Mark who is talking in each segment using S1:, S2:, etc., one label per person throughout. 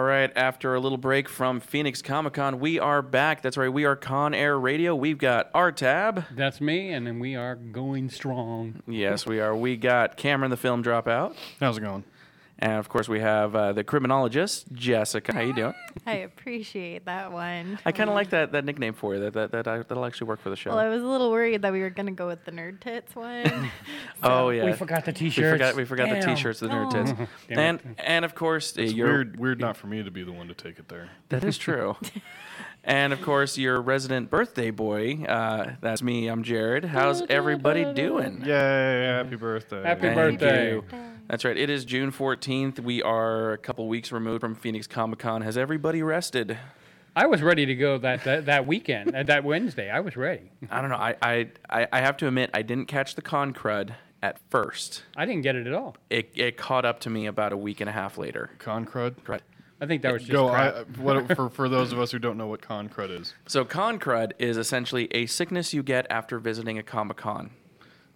S1: right, after a little break from Phoenix Comic Con, we are back. That's right, we are Con Air Radio. We've got our tab.
S2: That's me, and then we are going strong.
S1: Yes, we are. We got Cameron, the film dropout,
S3: How's it going?
S1: and of course we have uh, the criminologist Jessica. How you doing?
S4: I appreciate that one.
S1: I kind of like that, that nickname for you. That that that I, that'll actually work for the show.
S4: Well, I was a little worried that we were gonna go with the nerd tits one.
S1: oh yeah,
S2: We forgot the
S1: We
S2: t-shirts.
S1: forgot, we forgot the
S2: Damn. Oh.
S1: T-shirts, the nerd tits,
S2: Damn
S1: and and of course uh,
S3: It's
S1: your
S3: weird, weird not for me to be the one to take it there.
S1: That is true. and of course, your resident birthday boy. Uh, that's me. I'm Jared. How's everybody doing?
S3: Yay! Happy birthday.
S2: Happy
S1: Thank
S2: birthday.
S1: you. That's right. It is June 14th. We are a couple weeks removed from Phoenix Comic Con. Has everybody rested?
S2: I was ready to go that that, that weekend, uh, that Wednesday. I was ready.
S1: I don't know. I, I, I, I have to admit, I didn't catch the con crud at first.
S2: I didn't get it at all.
S1: It, it caught up to me about a week and a half later.
S3: Con crud.
S1: Crud.
S2: I think that was just
S3: Go.
S2: crap.
S3: I,
S1: uh,
S3: what, for for those of us who don't know what con crud is.
S1: So, con crud is essentially a sickness you get after visiting a Comic Con.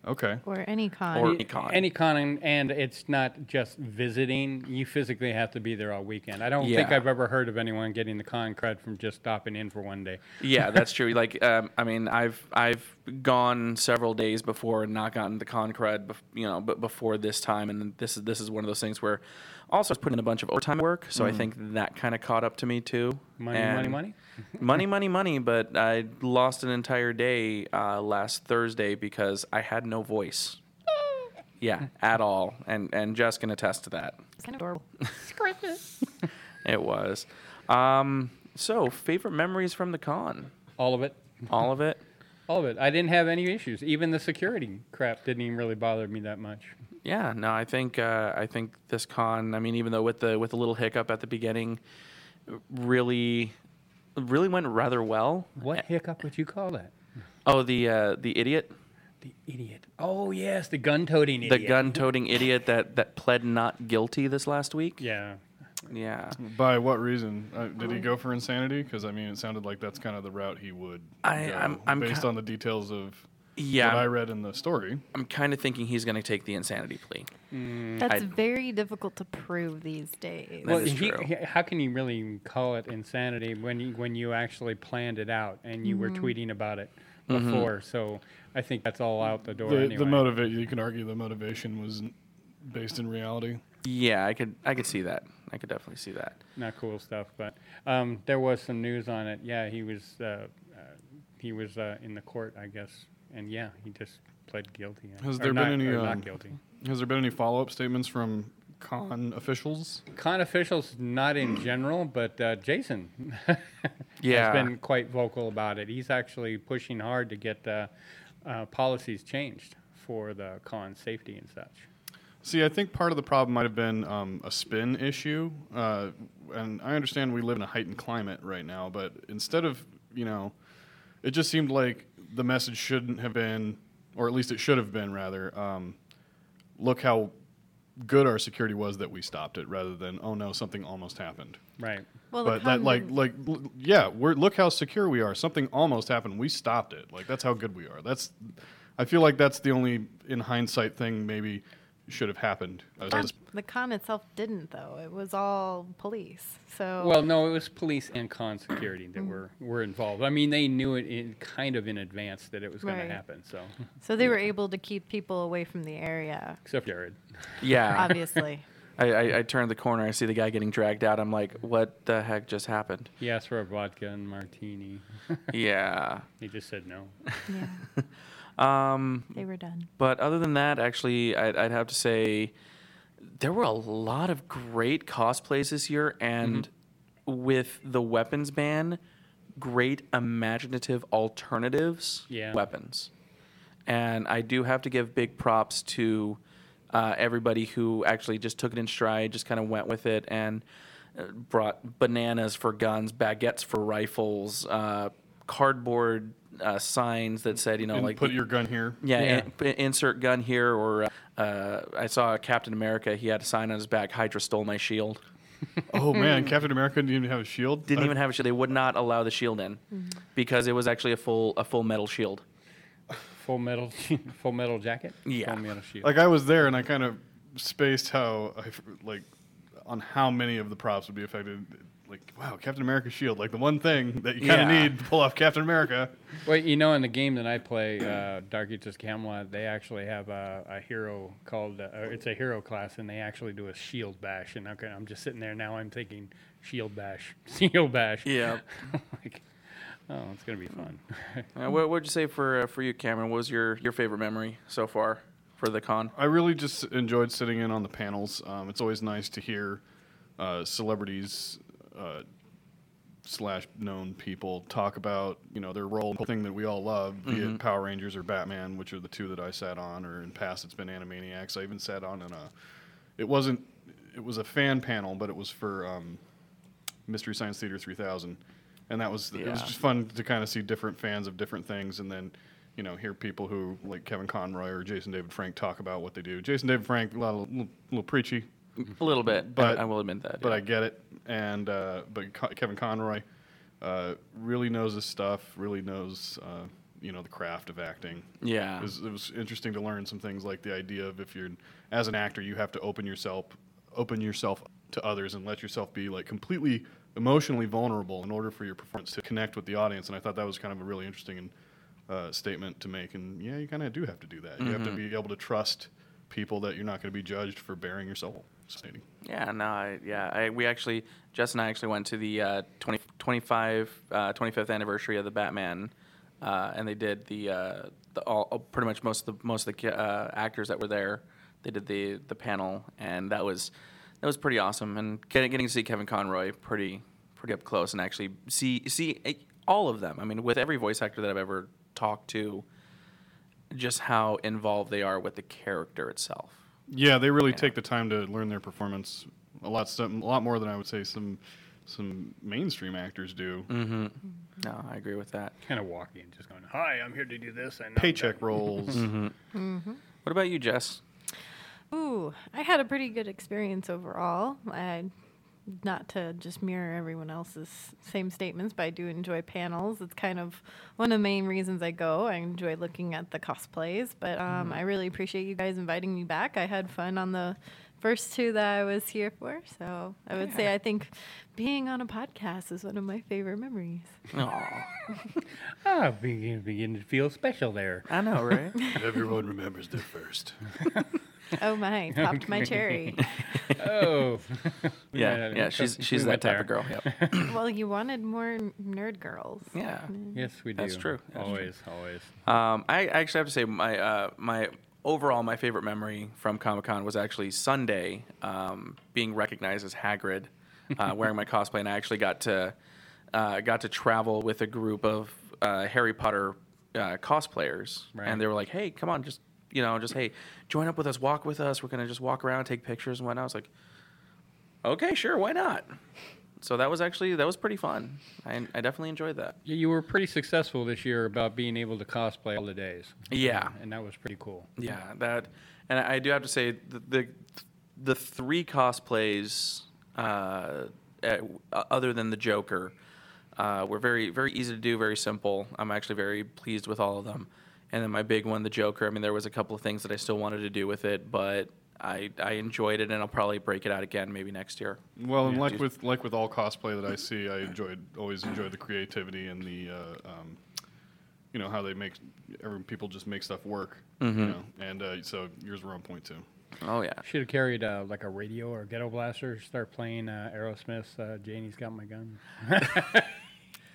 S3: Okay.
S4: or any con.
S1: Or- any con.
S2: Any con, and, and it's not just visiting. You physically have to be there all weekend. I don't think
S1: Yeah.
S2: I've ever heard of anyone getting the con crud from just stopping in for one day.
S1: Yeah, that's true. Like, um, I mean, I've I've gone several days before and not gotten the con crud, bef- you know, but before this time, and this is this is one of those things where also I was putting in a bunch of overtime work, so I think that kind of caught up to me too.
S2: Mm. Money, money, money?
S1: money, money, money. But I lost an entire day uh, last Thursday because I had no voice. Yeah, at all, and and Jess can attest to that.
S4: It's kind of adorable.
S1: It was. Um, so favorite memories from the con,
S2: All of it.
S1: all of it.
S2: All of it. I didn't have any issues. Even the security crap didn't even really bother me that much.
S1: Yeah, no, I think uh, I think this con. I mean, even though with the with the little hiccup at the beginning, really, really went rather well.
S2: What hiccup would you call that?
S1: Oh, the uh, the idiot,
S2: The idiot. Oh yes, the gun-toting
S1: the
S2: idiot.
S1: gun-toting idiot that that pled not guilty this last week.
S2: Yeah.
S1: yeah.
S3: By what reason uh, did he go for insanity? Because I mean, it sounded like that's kind of the route he would.
S1: I-
S3: go,
S1: I'm- I'm
S3: based
S1: ki-
S3: on the details of
S1: Yeah.
S3: what I read in the story.
S1: I'm kind of thinking he's going to take the insanity plea.
S4: That's
S1: I-
S4: very difficult to prove these days.
S1: Well, That is
S2: he-
S1: true.
S2: he- how can you really call it insanity when you, when you actually planned it out and you were tweeting about it
S3: Mm-hmm.
S2: before? So I think that's all out the door
S3: The,
S2: anyway.
S3: the motiva- you can argue the motivation was n- based in reality.
S1: Yeah, I could I could see that. I could definitely see that.
S2: Not cool stuff, but um, there was some news on it. Yeah, he was uh, uh, he was uh, in the court, I guess, and yeah, he just pled guilty.
S3: Has
S2: Or
S3: there been
S2: not-
S3: any,
S2: or
S3: um,
S2: not guilty?
S3: Has there been any follow up statements from con officials?
S2: Con officials, not in general, but uh, Jason
S1: Yeah.
S2: has been quite vocal about it. He's actually pushing hard to get uh, uh, policies changed for the con safety and such.
S3: See, I think part of the problem might have been um, a spin issue, uh, and I understand we live in a heightened climate right now, but instead of you know, it just seemed like the message shouldn't have been, or at least it should have been rather. Um, look how good our security was that we stopped it, rather than oh no, something almost happened.
S2: Right.
S4: well, the
S3: but
S4: con
S3: that, like,
S4: didn't-
S3: like, l- yeah, we're look how secure we are. Something almost happened. We stopped it. Like that's how good we are. That's, I feel like that's the only in hindsight thing maybe should have happened. I was
S4: con-
S3: just-
S4: the con itself didn't though. It was all police. So
S2: Well, no, it was police and con security that were, were involved. I mean, they knew it in, kind of in advance that it was going
S4: Right.
S2: to happen. So,
S4: so they were able to keep people away from the area.
S2: except Jared.
S1: yeah.
S4: Obviously.
S1: I, I, I turn the corner. I see the guy getting dragged out. I'm like, what the heck just happened?
S2: He asked for a vodka and martini.
S1: yeah.
S2: he just said no.
S4: yeah. Um they were done.
S1: But other than that, actually, I'd, I'd have to say there were a lot of great cosplays this year, and
S3: Mm-hmm.
S1: with the weapons ban, great imaginative alternatives
S2: Yeah.
S1: weapons. And I do have to give big props to uh, everybody who actually just took it in stride, just kind of went with it, and uh, brought bananas for guns, baguettes for rifles, uh, cardboard uh, signs that said, you know,
S3: and
S1: like
S3: put your gun here.
S1: yeah, in- p- insert gun here. Or uh, I saw Captain America. He had a sign on his back: "Hydra stole my shield."
S3: Oh man, Captain America didn't even have a shield.
S1: Didn't
S3: I-
S1: even have a shield. They would not allow the shield in because it was actually a full a full metal shield.
S2: Full metal, full metal jacket.
S1: Yeah.
S2: Full metal shield.
S3: like I was there and I kind of spaced how I f- like on how many of the props would be affected. Like wow, Captain America's shield, like the one thing that you kind of
S1: Yeah.
S3: need to pull off Captain America.
S2: well, you know, in the game that I play, uh, Dark Ages Camelot, they actually have a, a hero called uh, it's a hero class, and they actually do a shield bash. And okay, I'm just sitting there now. I'm thinking shield bash, shield bash.
S1: Yeah.
S2: like, oh, it's gonna be fun.
S1: Uh, what would you say for uh, for you, Cameron? What was your, your favorite memory so far for the con?
S3: I really just enjoyed sitting in on the panels. Um, it's always nice to hear uh, celebrities uh, slash known people talk about you know their role in the thing that we all love, be it Power Rangers or Batman, which are the two that I sat on, or in past it's been Animaniacs. I even sat on in a. It wasn't. It was a fan panel, but it was for um, Mystery Science Theater 3000, and that was it was
S1: Yeah.
S3: just fun to kind of see different fans of different things, and then you know hear people who like Kevin Conroy or Jason David Frank talk about what they do. Jason David Frank a lot of little, little preachy,
S1: A little bit,
S3: But-
S1: but I, I will admit that.
S3: but
S1: yeah.
S3: I get it. And uh, but Co- Kevin Conroy uh, really knows his stuff. Really knows uh, you know the craft of acting.
S1: Yeah.
S3: it was, it was interesting to learn some things like the idea of if you're as an actor, you have to open yourself open yourself to others and let yourself be like completely emotionally vulnerable in order for your performance to connect with the audience. And I thought that was kind of a really interesting uh, statement to make. And yeah, you kind of do have to do that. You have to
S1: Mm-hmm.
S3: be able to trust people that you're not going to be judged for bearing your soul. Fascinating.
S1: Yeah, no, I, yeah. I, we actually, Jess and I actually went to the uh, 20, 25, uh, 25th anniversary of the Batman, uh, and they did the, uh, the all, all- pretty much most of the most of the ca- uh, actors that were there. They did the the panel, and that was that was pretty awesome. And getting, getting to see Kevin Conroy pretty pretty up close, and actually see see eh, all of them. I mean, with every voice actor that I've ever talked to, just how involved they are with the character itself.
S3: Yeah, they really take the time to learn their performance a lot, some, a lot more than I would say some some mainstream actors do.
S1: Mm. No, I agree with that.
S2: kind of walking, just going, "Hi, I'm here to do this." And I'm
S3: Paycheck rolls.
S1: Mm-hmm. What about you, Jess?
S4: Ooh, I had a pretty good experience overall. I not to just mirror everyone else's same statements, but I do enjoy panels. It's kind of one of the main reasons I go. I enjoy looking at the cosplays, but um, I really appreciate you guys inviting me back. I had fun on the first two that I was here for, so I would say I think being on a podcast is one of my favorite memories.
S1: Aw.
S2: Ah, begin, begin to feel special there.
S1: I know, right?
S3: Everyone remembers their first.
S4: oh my, popped my cherry.
S2: Oh, We might
S1: yeah,
S2: have-
S1: yeah. She's
S2: we
S1: she's that
S2: went
S1: type of
S2: there.
S1: girl. Yep.
S4: well, you wanted more n- nerd girls.
S1: yeah.
S2: Yes, we do.
S1: That's true. That's true.
S2: always, always.
S1: Um, I actually have to say my uh, my overall my favorite memory from Comic Con was actually Sunday um, being recognized as Hagrid, uh, wearing my cosplay, and I actually got to uh, got to travel with a group of uh, Harry Potter uh, cosplayers,
S2: Right.
S1: and they were like, "Hey, come on, just you know, just hey, join up with us, walk with us. We're gonna just walk around, take pictures and whatnot." I was like, "Okay, sure, why not?" So that was actually that was pretty fun. I, I definitely enjoyed that.
S2: Yeah, you were pretty successful this year about being able to cosplay all the days.
S1: Yeah.
S2: and that was pretty cool.
S1: Yeah, that, and I do have to say the the, the three cosplays, uh, uh, other than the Joker, uh, were very very easy to do, very simple. I'm actually very pleased with all of them. And then my big one, the Joker. I mean, there was a couple of things that I still wanted to do with it, but I I enjoyed it, and I'll probably break it out again maybe next year.
S3: Well, and like with like with all cosplay that I see, I enjoyed always enjoyed the creativity and the, uh, um, you know, how they make every, people just make stuff work.
S1: Mm-hmm.
S3: You know, and uh, so yours were on point too.
S1: Oh yeah,
S2: Should have carried uh, like a radio or a ghetto blaster. Start playing uh, Aerosmith's uh, "Janie's Got My Gun."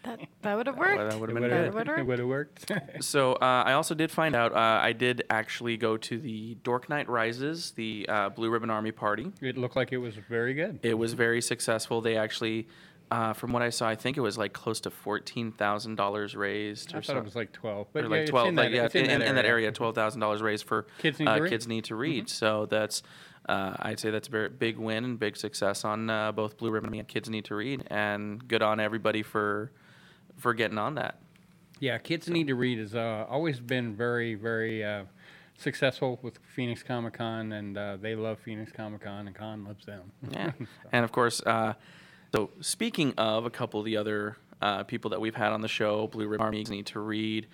S4: That, that would have
S1: Well,
S4: worked.
S1: that would
S2: It
S1: have been
S2: would've-
S1: good.
S4: Would work.
S2: It would have worked.
S1: So uh, I also did find out uh, I did actually go to the Dork Knight Rises, the uh, Blue Ribbon Army party.
S2: it looked like it was very good.
S1: It was very successful. They actually uh, from what I saw, I think it was like close to fourteen thousand dollars raised,
S2: I
S1: or
S2: thought it
S1: something,
S2: was like
S1: or
S2: twelve, but yeah,
S1: like
S2: it's
S1: twelve,
S2: in
S1: like
S2: that-
S1: yeah,
S2: it's in, that, area.
S1: twelve thousand dollars raised for
S2: Kids Need
S1: uh,
S2: to Read. Mm-hmm.
S1: Kids Need to Read. So that's, uh, I'd say that's a very big win and big success on uh, both Blue Ribbon and Kids Need to Read, and good on everybody for for getting on that.
S2: Yeah, Kids Need to Read has uh, always been very, very uh, successful with Phoenix Comic Con, and uh, they love Phoenix Comic Con, and Con loves them.
S1: Yeah. and of course, uh, so speaking of a couple of the other uh, people that we've had on the show, Blue Ribbon Army need to read.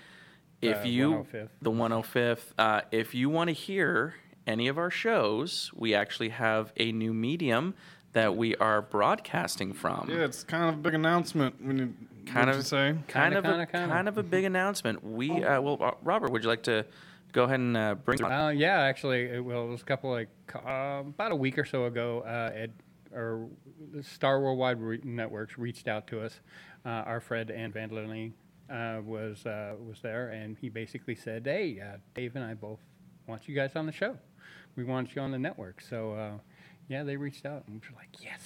S1: If
S2: Uh,
S1: you
S2: 105th.
S1: the 105th, uh, if you want to hear any of our shows, we actually have a new medium that we are broadcasting from.
S3: Yeah, it's kind of a big announcement. When you,
S1: Kind
S3: what'd
S1: of-
S3: you say?
S1: Kind
S2: Kinda,
S1: of, a,
S2: kinda, kinda.
S1: kind of a big announcement. We uh, well, uh, Robert, would you like to go ahead and uh, bring?
S2: Uh, yeah, actually, it, well, it was a couple like c- uh, about a week or so ago. Uh, at or Star Worldwide Re- Networks reached out to us. Uh, our friend Ann Vandalini uh, was uh, was there, and he basically said, "Hey, uh, Dave and I both want you guys on the show. We want you on the network." So, uh, yeah, they reached out, and we were like, "Yes."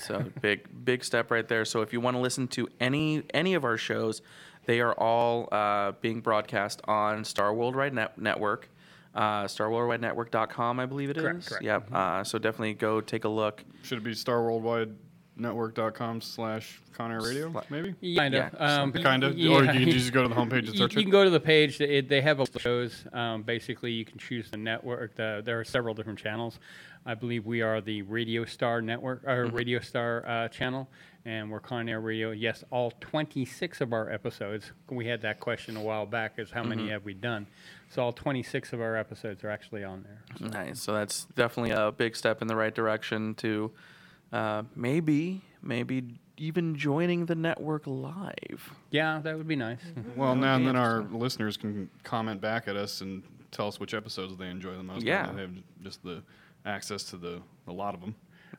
S1: So big, big step right there. So if you want to listen to any any of our shows, they are all uh, being broadcast on Star Worldwide Net- Network, uh, StarWorldWideNetwork.com, I believe it is.
S2: Correct, Mm-hmm. correct.
S1: Yep. Uh, so definitely go take a look.
S3: Should it be starworldwidenetwork.com slash Conair Radio,
S1: Sli-
S3: maybe?
S2: Kind
S1: Yeah,
S2: of, um,
S3: Kind of.
S2: yeah.
S3: Or you can just go to the homepage and
S2: You,
S3: search
S2: you can
S3: it.
S2: go to the page. that It, they have a list of shows. Um, basically, you can choose the network. The, there are several different channels. I believe we are the Radio Star network or Radio Star uh, channel, and we're Con Air Radio. Yes, all 26 of our episodes. We had that question a while back: is how many have we done? So all 26 of our episodes are actually on there.
S1: Nice. So that's definitely a big step in the right direction to uh, maybe maybe even joining the network live.
S2: Yeah, that would be nice.
S3: Well, now and then our listeners can comment back at us and tell us which episodes they enjoy the most.
S1: Yeah.
S3: and They have just the access to the a lot of them.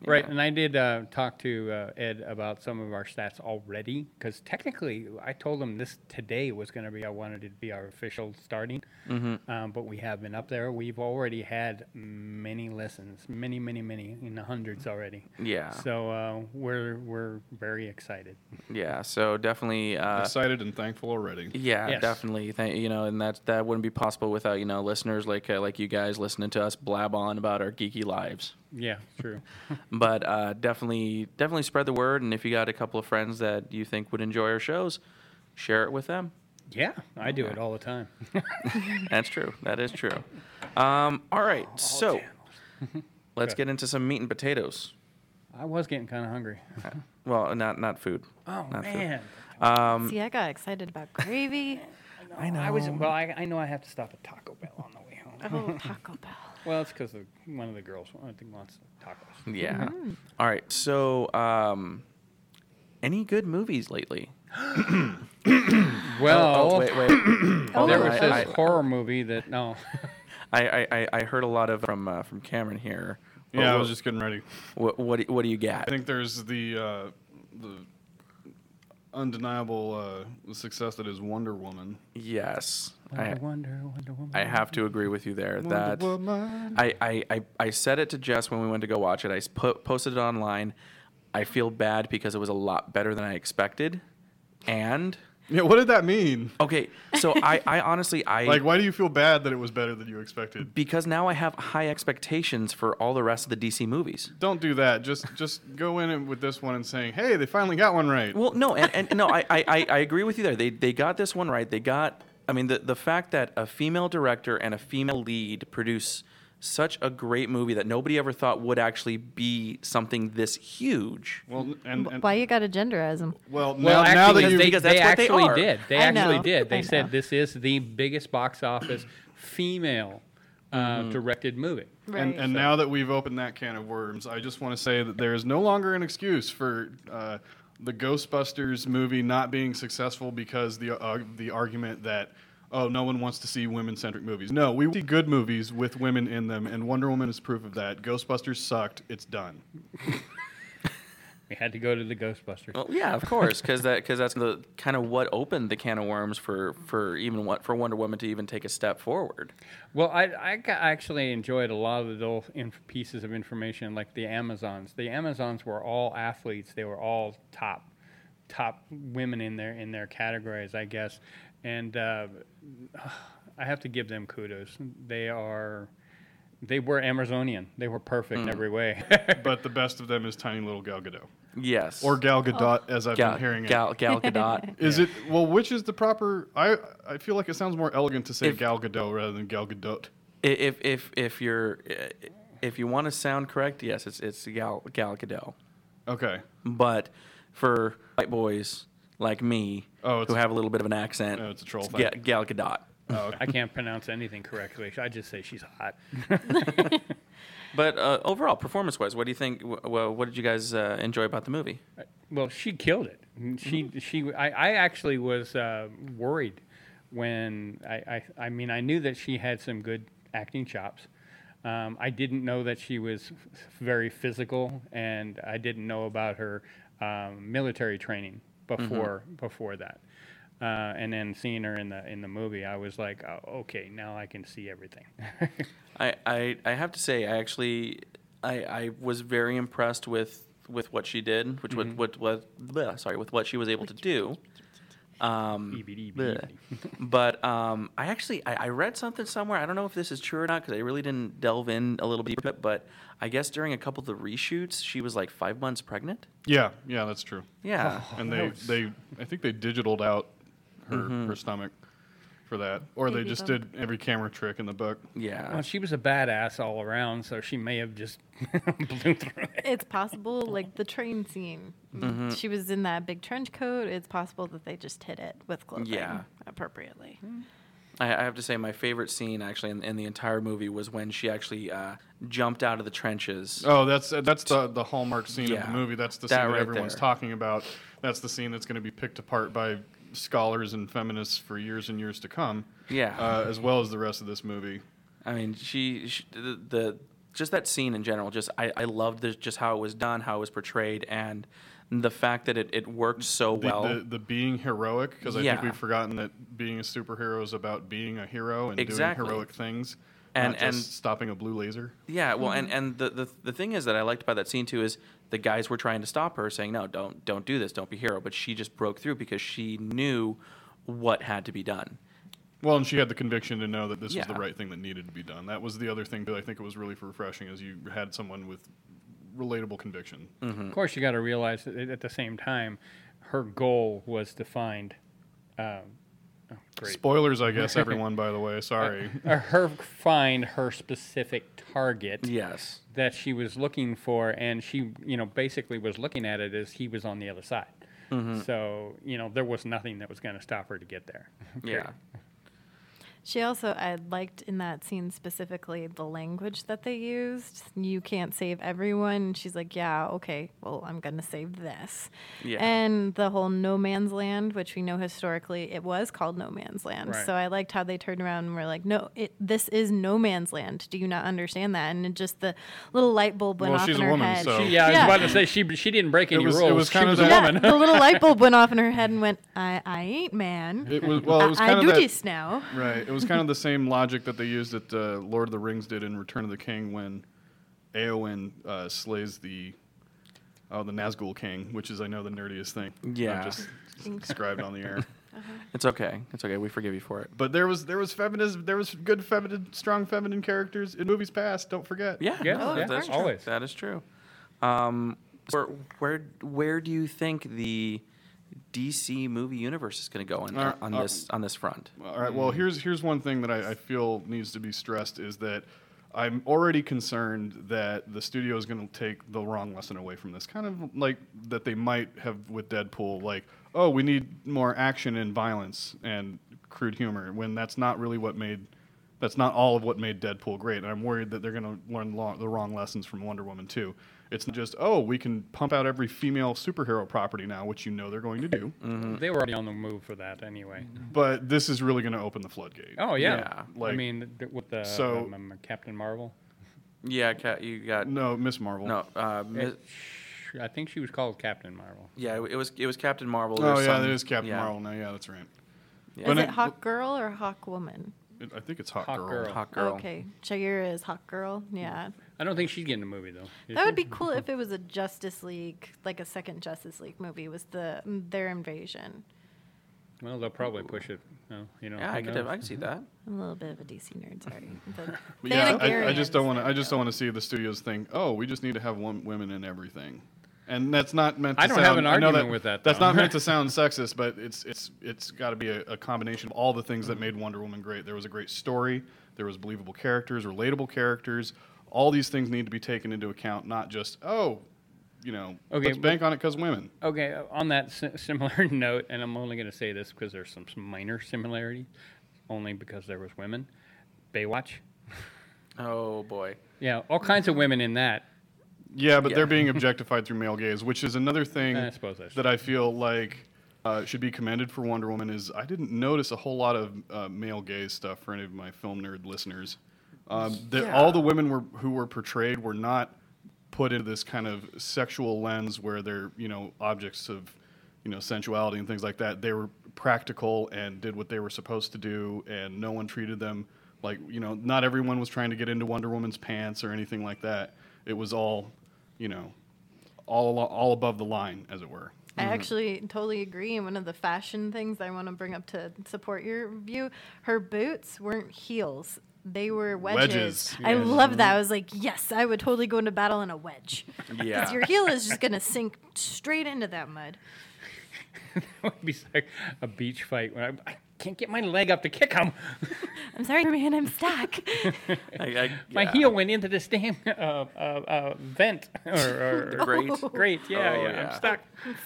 S2: Right, and I did uh, talk to uh, Ed about some of our stats already because technically I told him this today was going to be I wanted it to be our official starting,
S1: Mm-hmm.
S2: um, but we have been up there. We've already had many lessons, many, many, many in the hundreds already.
S1: Yeah.
S2: So uh, we're we're very excited.
S1: Yeah. So definitely. Uh,
S3: Excited and thankful already.
S1: Yeah,
S2: Yes.
S1: definitely. Thank, you know, and that that wouldn't be possible without you know listeners like uh, like you guys listening to us blab on about our geeky lives.
S2: Yeah, true.
S1: But uh, definitely, definitely spread the word. And if you got a couple of friends that you think would enjoy our shows, share it with them.
S2: yeah, I do it all the time.
S1: That's true. That is true. Um, all right, so let's get into some meat and potatoes.
S2: I was getting kind of hungry.
S1: Well, not not food.
S2: Oh
S1: Not food.
S2: man,
S4: See, I got excited about gravy.
S2: I know. I was well. I, I know I have to stop at Taco Bell on the way home.
S4: oh, Taco Bell.
S2: Well, it's because one of the girls I think wants tacos.
S1: Yeah. All right. So, um, any good movies lately?
S2: Well,
S1: Oh, wait, wait.
S4: Oh,
S2: there
S1: I-
S2: was this
S1: I-
S2: horror movie that no,
S1: I, I, I- I heard a lot of from uh, from Cameron here. What-
S3: Yeah, I
S1: what-
S3: was just getting ready.
S1: What what do, what do you got?
S3: I think there's the uh, the undeniable uh, success that is Wonder Woman.
S1: yes,
S2: I
S1: I,
S2: wonder, Wonder Woman.
S1: I have to agree with you there. That
S3: Woman.
S1: I, I, I, I said it to Jess when we went to go watch it. I s- po- posted it online. I feel bad because it was a lot better than I expected. And
S3: Yeah, what did that mean?
S1: okay, so I, I honestly I
S3: Like, why do you feel bad that it was better than you expected?
S1: because now I have high expectations for all the rest of the DC movies.
S3: Don't do that. Just just go in and- with this one and saying, "Hey, they finally got one right."
S1: Well, no, and, and no, I, I, I- I agree with you there. They, they got this one right. They got, I mean, the, the fact that a female director and a female lead produce such a great movie that nobody ever thought would actually be something this huge.
S3: Well, and, and
S4: Why you got a genderism?
S3: well, now,
S2: Well,
S3: now
S2: actually,
S3: that you
S2: they,
S1: Because that's
S2: they
S1: what they
S2: actually
S1: are.
S2: did. They
S4: I
S2: actually
S4: know,
S2: did. They
S4: I
S2: said
S4: know.
S2: this is the biggest box office female uh, directed movie.
S4: Right.
S3: and, and now that we've opened that can of worms, I just want to say that there is no longer an excuse for uh, the Ghostbusters movie not being successful because the uh, the argument that oh no one wants to see women centric movies. No, we see good movies with women in them, and Wonder Woman is proof of that. Ghostbusters sucked. It's done.
S2: We had to go to the Ghostbusters.
S1: Well, yeah, of course, because that because that's the kind of what opened the can of worms for for even what for Wonder Woman to even take a step forward.
S2: Well, I, I ca- actually enjoyed a lot of those inf- pieces of information, like the Amazons. The Amazons were all athletes; they were all top, top women in their in their categories, I guess. And uh, I have to give them kudos. They are, they were Amazonian. They were perfect every way.
S3: But the best of them is tiny little Gal Gadot
S1: Yes,
S3: or Gal Gadot, as I've
S1: Gal
S3: been hearing it.
S1: Gal, Gal Gadot.
S3: Is it well? Which is the proper? I I feel like it sounds more elegant to say
S1: If-
S3: Gal Gadot rather than Gal Gadot.
S1: I- if if if you're if you want to sound correct, yes, it's it's Gal Gal Gadot.
S3: Okay,
S1: But for white boys like me,
S3: Oh, it's-
S1: who have a little bit of an accent,
S3: No, it's a troll
S1: it's
S3: thing.
S1: Ga- Gal Gadot.
S2: I can't pronounce anything correctly. I just say she's hot.
S1: But uh, overall, performance-wise, what do you think? wh- wh- what did you guys uh, enjoy about the movie?
S2: Well, she killed it. She she. I, I actually was uh, worried when I, I I mean I knew that she had some good acting chops. Um, I didn't know that she was f- very physical, and I didn't know about her um, military training before before that. Uh, and then seeing her in the in the movie, I was like, oh, okay, now I can see everything. E
S1: I, I, I have to say I actually I, I was very impressed with with what she did, which
S3: Mm-hmm.
S1: what what what bleh, sorry with what she was able to do. Um,
S2: EBD.
S1: bleh. but um, I actually I, I read something somewhere. I don't know if this is true or not because I really didn't delve in a little deeper. But I guess during a couple of the reshoots, she was like five months pregnant.
S3: yeah, yeah, that's true.
S1: Yeah.
S3: And they they I think they digitaled out her
S1: Mm-hmm.
S3: her stomach for that, or they
S4: Baby
S3: just
S4: bump.
S3: did every camera trick in the book.
S1: Yeah.
S2: Well, she was a badass all around, so she may have just blew through it.
S4: It's possible, like the train scene. She was in that big trench coat. It's possible that they just hit it with clothing
S1: Yeah.
S4: appropriately.
S1: I, I have to say my favorite scene actually in, in the entire movie was when she actually uh, jumped out of the trenches.
S3: Oh, that's that's the the hallmark scene of
S1: Yeah.
S3: the movie. That's the
S1: That
S3: scene that
S1: right
S3: everyone's
S1: there.
S3: talking about. That's the scene that's going to be picked apart by scholars and feminists for years and years to come.
S1: Yeah.
S3: uh, as well as the rest of this movie.
S1: I mean, she, she the, the just that scene in general. Just I, I loved the, just how it was done, how it was portrayed, and the fact that it, it worked so
S3: the,
S1: well.
S3: the, the being heroic because I
S1: Yeah.
S3: think we've forgotten that being a superhero is about being a hero and
S1: Exactly.
S3: doing heroic things,
S1: And-
S3: not
S1: and-
S3: just stopping a blue laser.
S1: yeah, well,
S3: Mm-hmm.
S1: and and the, the the thing is that I liked about that scene too is the guys were trying to stop her, saying no, don't don't do this, don't be a hero, but she just broke through because she knew what had to be done.
S3: Well, and she had the conviction to know that this was
S1: Yeah.
S3: the right thing that needed to be done. That was the other thing that I think it was really refreshing is you had someone with relatable conviction.
S1: Mm.
S2: Of course, you got to realize that at the same time, her goal was to find. Um, oh, great.
S3: Spoilers, I guess, everyone. by the way, sorry.
S2: Uh, her find her specific target
S1: Yes.
S2: that she was looking for, and she, you know, basically was looking at it as he was on the other side.
S3: Mm-hmm.
S2: So, you know, there was nothing that was going to stop her to get there.
S1: Yeah.
S4: She also, I liked in that scene specifically the language that they used. You can't save everyone. She's like, yeah, okay, well, I'm going to save this.
S1: Yeah.
S4: And the whole no man's land, which we know historically it was called no man's land.
S2: Right.
S4: So I liked how they turned around and were like, no, it, this is no man's land. Do you not understand that? And it just the little light bulb went
S3: Well,
S4: off
S3: she's
S4: in
S3: a
S4: her
S3: woman,
S4: head.
S3: so-
S2: Yeah, I was
S4: Yeah.
S2: about to say she she didn't break any
S3: was- it
S2: rules.
S3: was
S2: She
S3: kind of
S2: a
S3: that-
S4: Yeah,
S2: woman.
S4: the little light bulb went off in her head and went, I, I ain't man.
S3: It was well. It was
S4: I,
S3: kind
S4: I
S3: of
S4: do
S3: that,
S4: this now.
S3: Right. It was kind of the same logic that they used that uh, Lord of the Rings did in Return of the King when Eowyn uh, slays the oh the Nazgul King, which is I know the nerdiest thing. I've
S1: Yeah.
S3: just described on the air.
S1: It's okay. It's okay. We forgive you for it.
S3: But there was there was feminism. There was good feminine, strong feminine characters in movies past. Don't forget.
S1: Yeah,
S2: Yeah,
S1: no,
S2: yeah,
S1: that's true.
S2: always.
S1: That is true. Um, where where where do you think the DC movie universe is going to go in,
S3: Uh,
S1: on
S3: uh,
S1: this on this front?
S3: All right.
S2: Mm.
S3: Well, here's here's one thing that I, I feel needs to be stressed is that I'm already concerned that the studio is going to take the wrong lesson away from this. Kind of like that they might have with Deadpool, like, oh, we need more action and violence and crude humor, when that's not really what made that's not all of what made Deadpool great. And I'm worried that they're going to learn lo- the wrong lessons from Wonder Woman too. It's not just oh, we can pump out every female superhero property now, which you know they're going to do.
S2: They were already on the move for that anyway.
S3: But this is really going to open the floodgate.
S2: Oh yeah,
S1: Yeah,
S2: I
S3: like-
S2: mean, th- with the
S3: So-
S2: um, um, Captain Marvel.
S1: Yeah, Cat, you got no.
S3: No, Miss Marvel.
S1: uh, mi-
S2: sh- I think she was called Captain Marvel.
S1: Yeah, it was it was Captain Marvel.
S3: Oh
S1: or
S3: yeah,
S1: some-
S3: it is Captain
S1: yeah.
S3: Marvel now. Yeah, that's right.
S1: Yeah.
S3: But
S4: Is it
S3: I-
S4: Hawk Girl or Hawk Woman?
S3: It- I think it's Hot,
S2: Hot
S3: Girl.
S2: Girl.
S1: Hawk Girl.
S4: Okay, Shagira is Hawk Girl. Yeah,
S2: I don't think she's getting a movie though. is
S4: that would
S2: she?
S4: be cool if it was a Justice League, like a second Justice League movie, was the mm, their invasion.
S2: Well, they'll probably push it. uh, you know.
S1: Yeah,
S2: who
S1: I could
S2: knows?
S1: I could see that.
S4: I'm a little bit of a DC nerd, sorry. But
S3: But yeah, I, I
S4: Thanagarians,
S3: just don't want to.
S4: there
S3: I
S4: we
S3: just
S4: go.
S3: don't want to see the studios think, oh, we just need to have one, women in everything, and that's not meant. To
S2: I don't
S3: sound,
S2: have an
S3: I know
S2: argument with that,
S3: That's
S2: though.
S3: not meant to sound sexist, but it's it's it's got to be a, a combination of all the things that made Wonder Woman great. There was a great story. There was believable characters, relatable characters. All these things need to be taken into account, not just oh, you know,
S2: Okay,
S3: let's
S2: but-
S3: bank on it because women.
S2: Okay, uh, on that si- similar note, and I'm only going to say this because there's some s- minor similarities, only because there was women. Baywatch.
S1: Oh boy.
S2: Yeah, all kinds of women in that.
S3: Yeah, but
S1: Yeah.
S3: they're being objectified through male gaze, which is another thing
S2: I suppose that's
S3: that I feel like uh, should be commended for Wonder Woman. Is I didn't notice a whole lot of uh, male gaze stuff for any of my film nerd listeners. Um, that all the women were who were portrayed were not put into this kind of sexual lens where they're you know objects of you know sensuality and things like that. They were practical and did what they were supposed to do, and no one treated them like you know. Not everyone was trying to get into Wonder Woman's pants or anything like that. It was all you know, all alo- all above the line, as it were.
S4: I actually totally agree. And one of the fashion things I want to bring up to support your view, her boots weren't heels. They were wedges.
S3: Wedges,
S4: I
S3: yes. Mm-hmm.
S4: love that. I was like, yes, I would totally go into battle in a wedge.
S1: Yeah.
S4: Because your heel is just going to sink straight into that mud.
S2: would be like a beach fight when I, I can't get my leg up to kick him.
S4: I'm sorry, man, I'm stuck.
S1: I, I,
S2: My
S1: yeah.
S2: heel went into this damn uh, uh, uh, vent or, or, or
S1: Great.
S2: grate. Yeah,
S1: Oh,
S2: yeah,
S1: yeah.
S2: I'm stuck.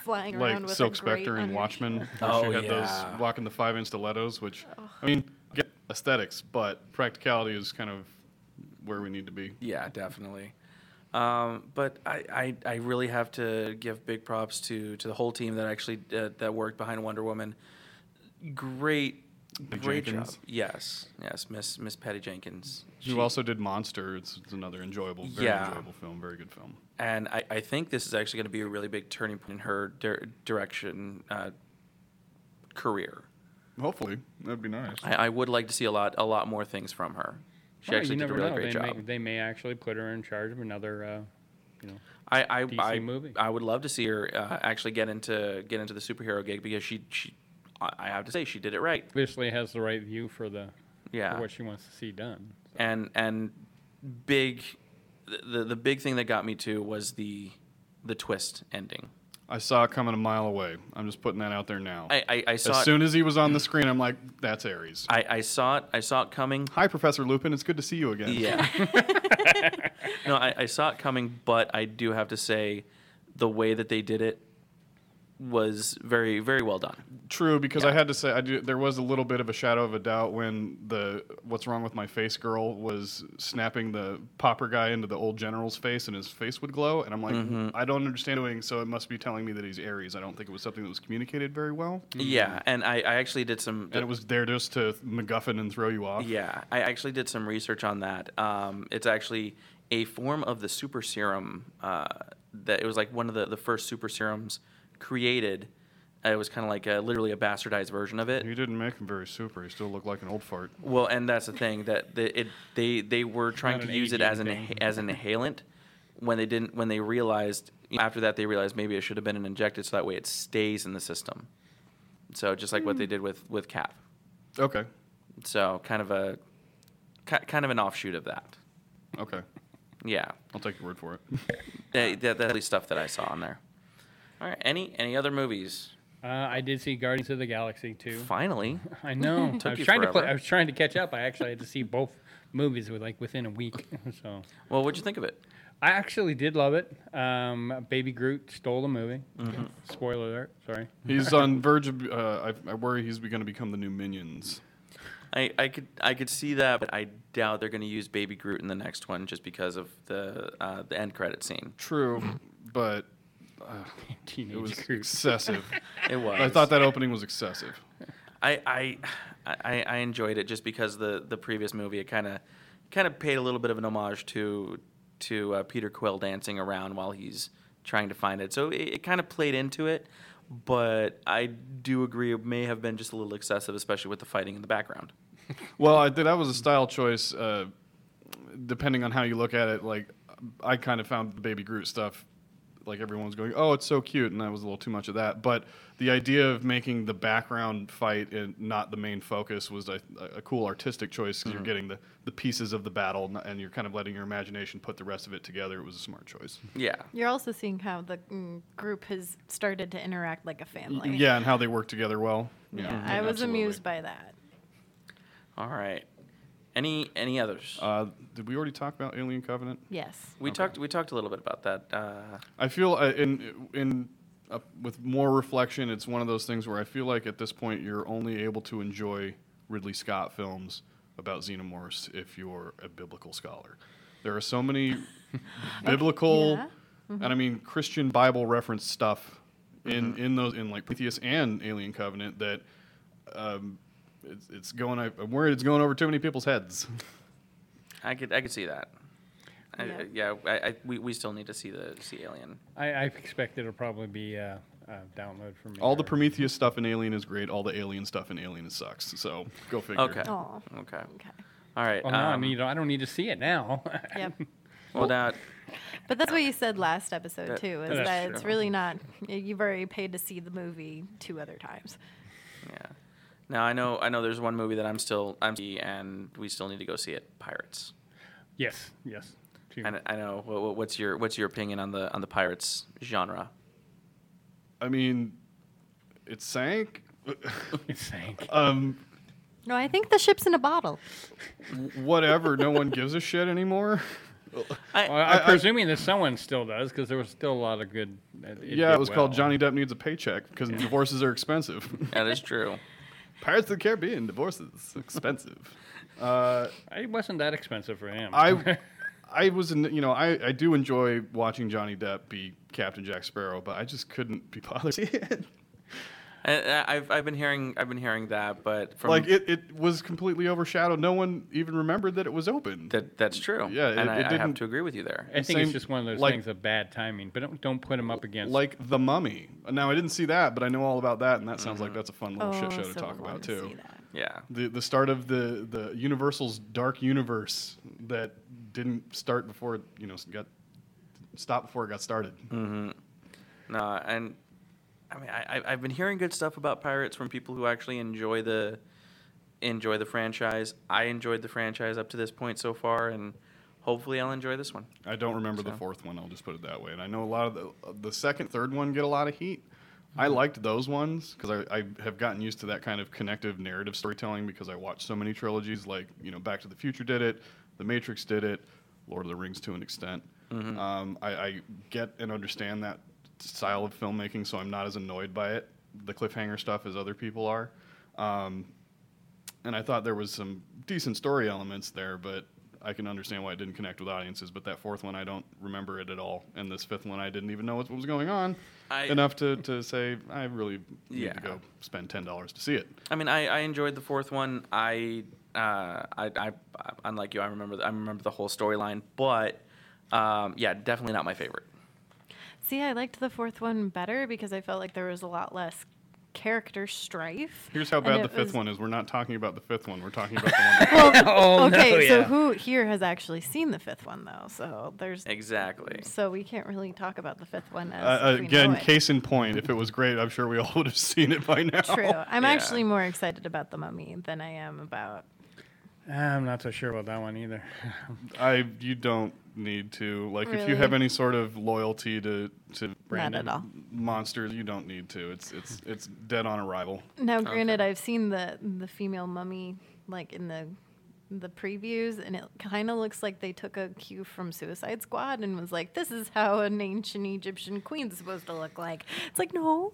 S4: Flying around
S3: Like
S4: with
S3: Silk
S4: a grate
S3: Spectre and
S4: under-
S3: Watchmen, where
S1: Oh,
S3: she had
S1: yeah.
S3: those walking the five inch stilettos, which I mean, get aesthetics, but practicality is kind of where we need to be.
S1: Yeah, definitely. Um, but I, I, I really have to give big props to to the whole team that actually uh, that worked behind Wonder Woman. Great, great
S3: Jenkins.
S1: job. Yes, yes, Miss Miss Patty Jenkins.
S3: Who also did Monster? It's, it's another enjoyable, very
S1: Yeah.
S3: enjoyable film, very good film.
S1: And I, I think this is actually going to be a really big turning point in her dir- direction uh, career.
S3: Hopefully, that'd be nice.
S1: I, I would like to see a lot a lot more things from her. She
S2: Well,
S1: actually
S2: Oh, you
S1: did a
S2: never
S1: really
S2: know.
S1: great
S2: they,
S1: job.
S2: May, they may actually put her in charge of another. Uh, you know,
S1: I I,
S2: DC
S1: I,
S2: movie.
S1: I would love to see her uh, actually get into get into the superhero gig because she she I I have to say she did it right.
S2: obviously has the right view for the
S1: Yeah.
S2: for what she wants to see done.
S1: and and big the the big thing that got me too was the the twist ending.
S3: I saw it coming a mile away. I'm just putting that out there now.
S1: I I, I saw
S3: as
S1: it,
S3: soon as he was on the screen, I'm like, that's Ares.
S1: I, I saw it I saw it coming.
S3: Hi, Professor Lupin. It's good to see you again.
S1: Yeah. no, I, I saw it coming, but I do have to say the way that they did it was very very well done.
S3: True, because I had to say I do, there was a little bit of a shadow of a doubt when the "What's Wrong with My Face" girl was snapping the popper guy into the old general's face, and his face would glow. And I'm like, I don't understand doing, so it must be telling me that he's Aries. I don't think it was something that was communicated very well,
S1: Yeah, and I, I actually did some
S3: and it was there just to MacGuffin and throw you off.
S1: Yeah, I actually did some research on that. Um, it's actually a form of the super serum uh, that it was like one of the, the first super serums created. Uh, It was kind of like a, literally a bastardized version of
S3: He
S1: it.
S3: didn't make him very super. He still looked like an old fart.
S1: Well, and that's the thing that the, it they they were trying
S2: not
S1: to
S2: an
S1: use it
S2: aging
S1: as an
S2: thing.
S1: as an inhalant when they didn't when they realized after that they realized maybe it should have been an injected so that way it stays in the system. So just like what
S2: Hmm.
S1: they did with with cap.
S3: Okay,
S1: So kind of a ki- kind of an offshoot of that.
S3: okay,
S1: Yeah.
S3: I'll take your word for it.
S1: Yeah, that, that's the stuff that I saw on there. All right. Any any other movies?
S2: Uh, I did see Guardians of the Galaxy too.
S1: Finally.
S2: I know. I was
S1: you
S2: trying to play,
S1: forever.
S2: I was trying to catch up. I actually had to see both movies with like within a week. So
S1: Well, what'd you think of it?
S2: I actually did love it. Um, Baby Groot stole the movie.
S3: Mm-hmm.
S2: Spoiler alert. Sorry.
S3: He's on verge of. Uh, I, I worry he's going to become the new Minions.
S1: I, I could I could see that, but I doubt they're going to use Baby Groot in the next one just because of the uh, the end credit scene.
S3: True, but
S2: Teenage
S3: it was
S2: Groot.
S3: excessive.
S1: It was.
S3: I thought that opening was excessive.
S1: I I, I, I enjoyed it just because the the previous movie it kind of kind of paid a little bit of an homage to to uh, Peter Quill dancing around while he's trying to find it. So it, it kind of played into it, but I do agree it may have been just a little excessive, especially with the fighting in the background.
S3: Well, I, that was a style choice. Uh, depending on how you look at it, like I kind of found the Baby Groot stuff. Like everyone was going, "Oh, it's so cute," and that was a little too much of that. But the idea of making the background fight and not the main focus was a, a cool artistic choice. because You're getting the, the pieces of the battle, n- and you're kind of letting your imagination put the rest of it together. It was a smart choice.
S1: Yeah.
S4: You're also seeing how the mm, group has started to interact like a family.
S3: yeah, and how they work together well. Yeah,
S4: Yeah, I was
S3: absolutely.
S4: amused by that.
S1: All right. Any any others?
S3: Uh, did we already talk about Alien Covenant?
S4: Yes.
S1: we talked we talked a little bit about that. Uh,
S3: I feel uh, in in uh, with more reflection, it's one of those things where I feel like at this point you're only able to enjoy Ridley Scott films about xenomorphs if you're a biblical scholar. There are so many biblical
S4: Yeah.
S3: and I mean Christian Bible reference stuff in in those in like Prometheus and Alien Covenant that um, it's, it's going. I, I'm worried it's going over too many people's heads.
S1: I could I could see that. I,
S4: Yeah.
S1: I- yeah, I, I, we, we still need to see the see Alien.
S2: I, I expect it'll probably be a, a download for me.
S3: All the
S2: or-
S3: Prometheus stuff in Alien is great. All the Alien stuff in Alien sucks. So go figure.
S1: Okay.
S4: Oh.
S1: Okay.
S4: Okay.
S1: All right.
S2: Oh no, I
S1: um,
S2: mean I don't need to see it now.
S4: Yep.
S1: well, that
S4: But that's what you said last episode
S1: That-
S4: too. Is
S2: that's
S4: that it's
S1: true.
S4: really not. You've already paid to see the movie two other times.
S1: yeah. Now I know I know there's one movie that I'm still I'm see and we still need to go see it. Pirates.
S2: yes, yes. Two.
S1: And I know wha- wha- what's your what's your opinion on the on the Pirates genre?
S3: I mean, it sank.
S2: It's sank.
S3: Um,
S4: No, I think the ship's in a bottle.
S3: whatever. no one gives a shit anymore.
S2: Well, I'm presuming that someone still does because there was still a lot of good. uh, It, it
S3: yeah,
S2: did
S3: it was called
S2: well.
S3: Johnny Depp needs a paycheck because divorces are expensive.
S1: That is true.
S3: Pirates of the Caribbean divorces expensive. Uh,
S2: It wasn't that expensive for him.
S3: I, I was, in, you know, I, I do enjoy watching Johnny Depp be Captain Jack Sparrow, but I just couldn't be bothered. to see it.
S1: I, I- I've I've been hearing I've been hearing that, but from
S3: like it, it was completely overshadowed. No one even remembered that it was open.
S1: that that's true.
S3: Yeah, it-
S1: and I,
S3: it
S1: I have
S3: didn't-
S1: to agree with you there.
S2: I think it's
S3: same-
S2: just one of those
S3: like-
S2: things of bad timing. But don't, don't put him up against.
S3: like the mummy. Now I didn't see that, but I know all about that, and that sounds
S2: Mm-hmm.
S3: like that's a fun little shit show to
S4: Oh, so
S3: talk
S4: we'll
S3: about
S4: want to
S3: too.
S4: see that.
S1: Yeah.
S3: the the start of the the Universal's dark universe that didn't start before it, you know got stopped before it got started.
S1: No, and I mean, I, I- I've been hearing good stuff about pirates from people who actually enjoy the enjoy the franchise. I enjoyed the franchise up to this point so far, and hopefully, I'll enjoy this one.
S3: I don't remember the fourth one. I'll just put it that way. And I know a lot of the the second, third one get a lot of heat. I liked those ones because I, I have gotten used to that kind of connective narrative storytelling because I watched so many trilogies. Like you know, Back to the Future did it, The Matrix did it, Lord of the Rings to an extent. Um, I, I get and understand that style of filmmaking, so I'm not as annoyed by it, the cliffhanger stuff, as other people are. Um, and I thought there was some decent story elements there, but I can understand why it didn't connect with audiences. But that fourth one, I don't remember it at all, and this fifth one, I didn't even know what was going on
S1: I-
S3: enough to, to say I really need
S1: Yeah.
S3: to go spend ten dollars to see it.
S1: I mean, I, I enjoyed the fourth one. I, uh, I, I, unlike you, I remember the, I remember the whole storyline, but um, yeah, definitely not my favorite.
S4: See, I liked the fourth one better because I felt like there was a lot less character strife.
S3: Here's how
S4: and
S3: bad
S4: it
S3: the fifth
S4: was-
S3: one is. We're not talking about the fifth one. We're talking about the one. That,
S2: oh
S4: okay,
S2: no,
S4: so
S2: yeah.
S4: who here has actually seen the fifth one though? So there's
S1: Exactly.
S4: so we can't really talk about the fifth one as
S3: uh,
S4: if we know
S3: again,
S4: it.
S3: case in point. If it was great, I'm sure we all would have seen it by now.
S4: True. I'm
S1: Yeah.
S4: actually more excited about the mummy than I am about.
S2: I'm not so sure about that one either.
S3: I you don't need to like if you
S4: Really?
S3: have any sort of loyalty to to
S4: at all.
S3: Brandon monsters you don't need to it's it's it's dead on arrival
S4: Now, granted, I've seen the the female mummy like in the the previews, and it kind of looks like they took a cue from Suicide Squad and was like, "This is how an ancient Egyptian queen's supposed to look like." It's like, no,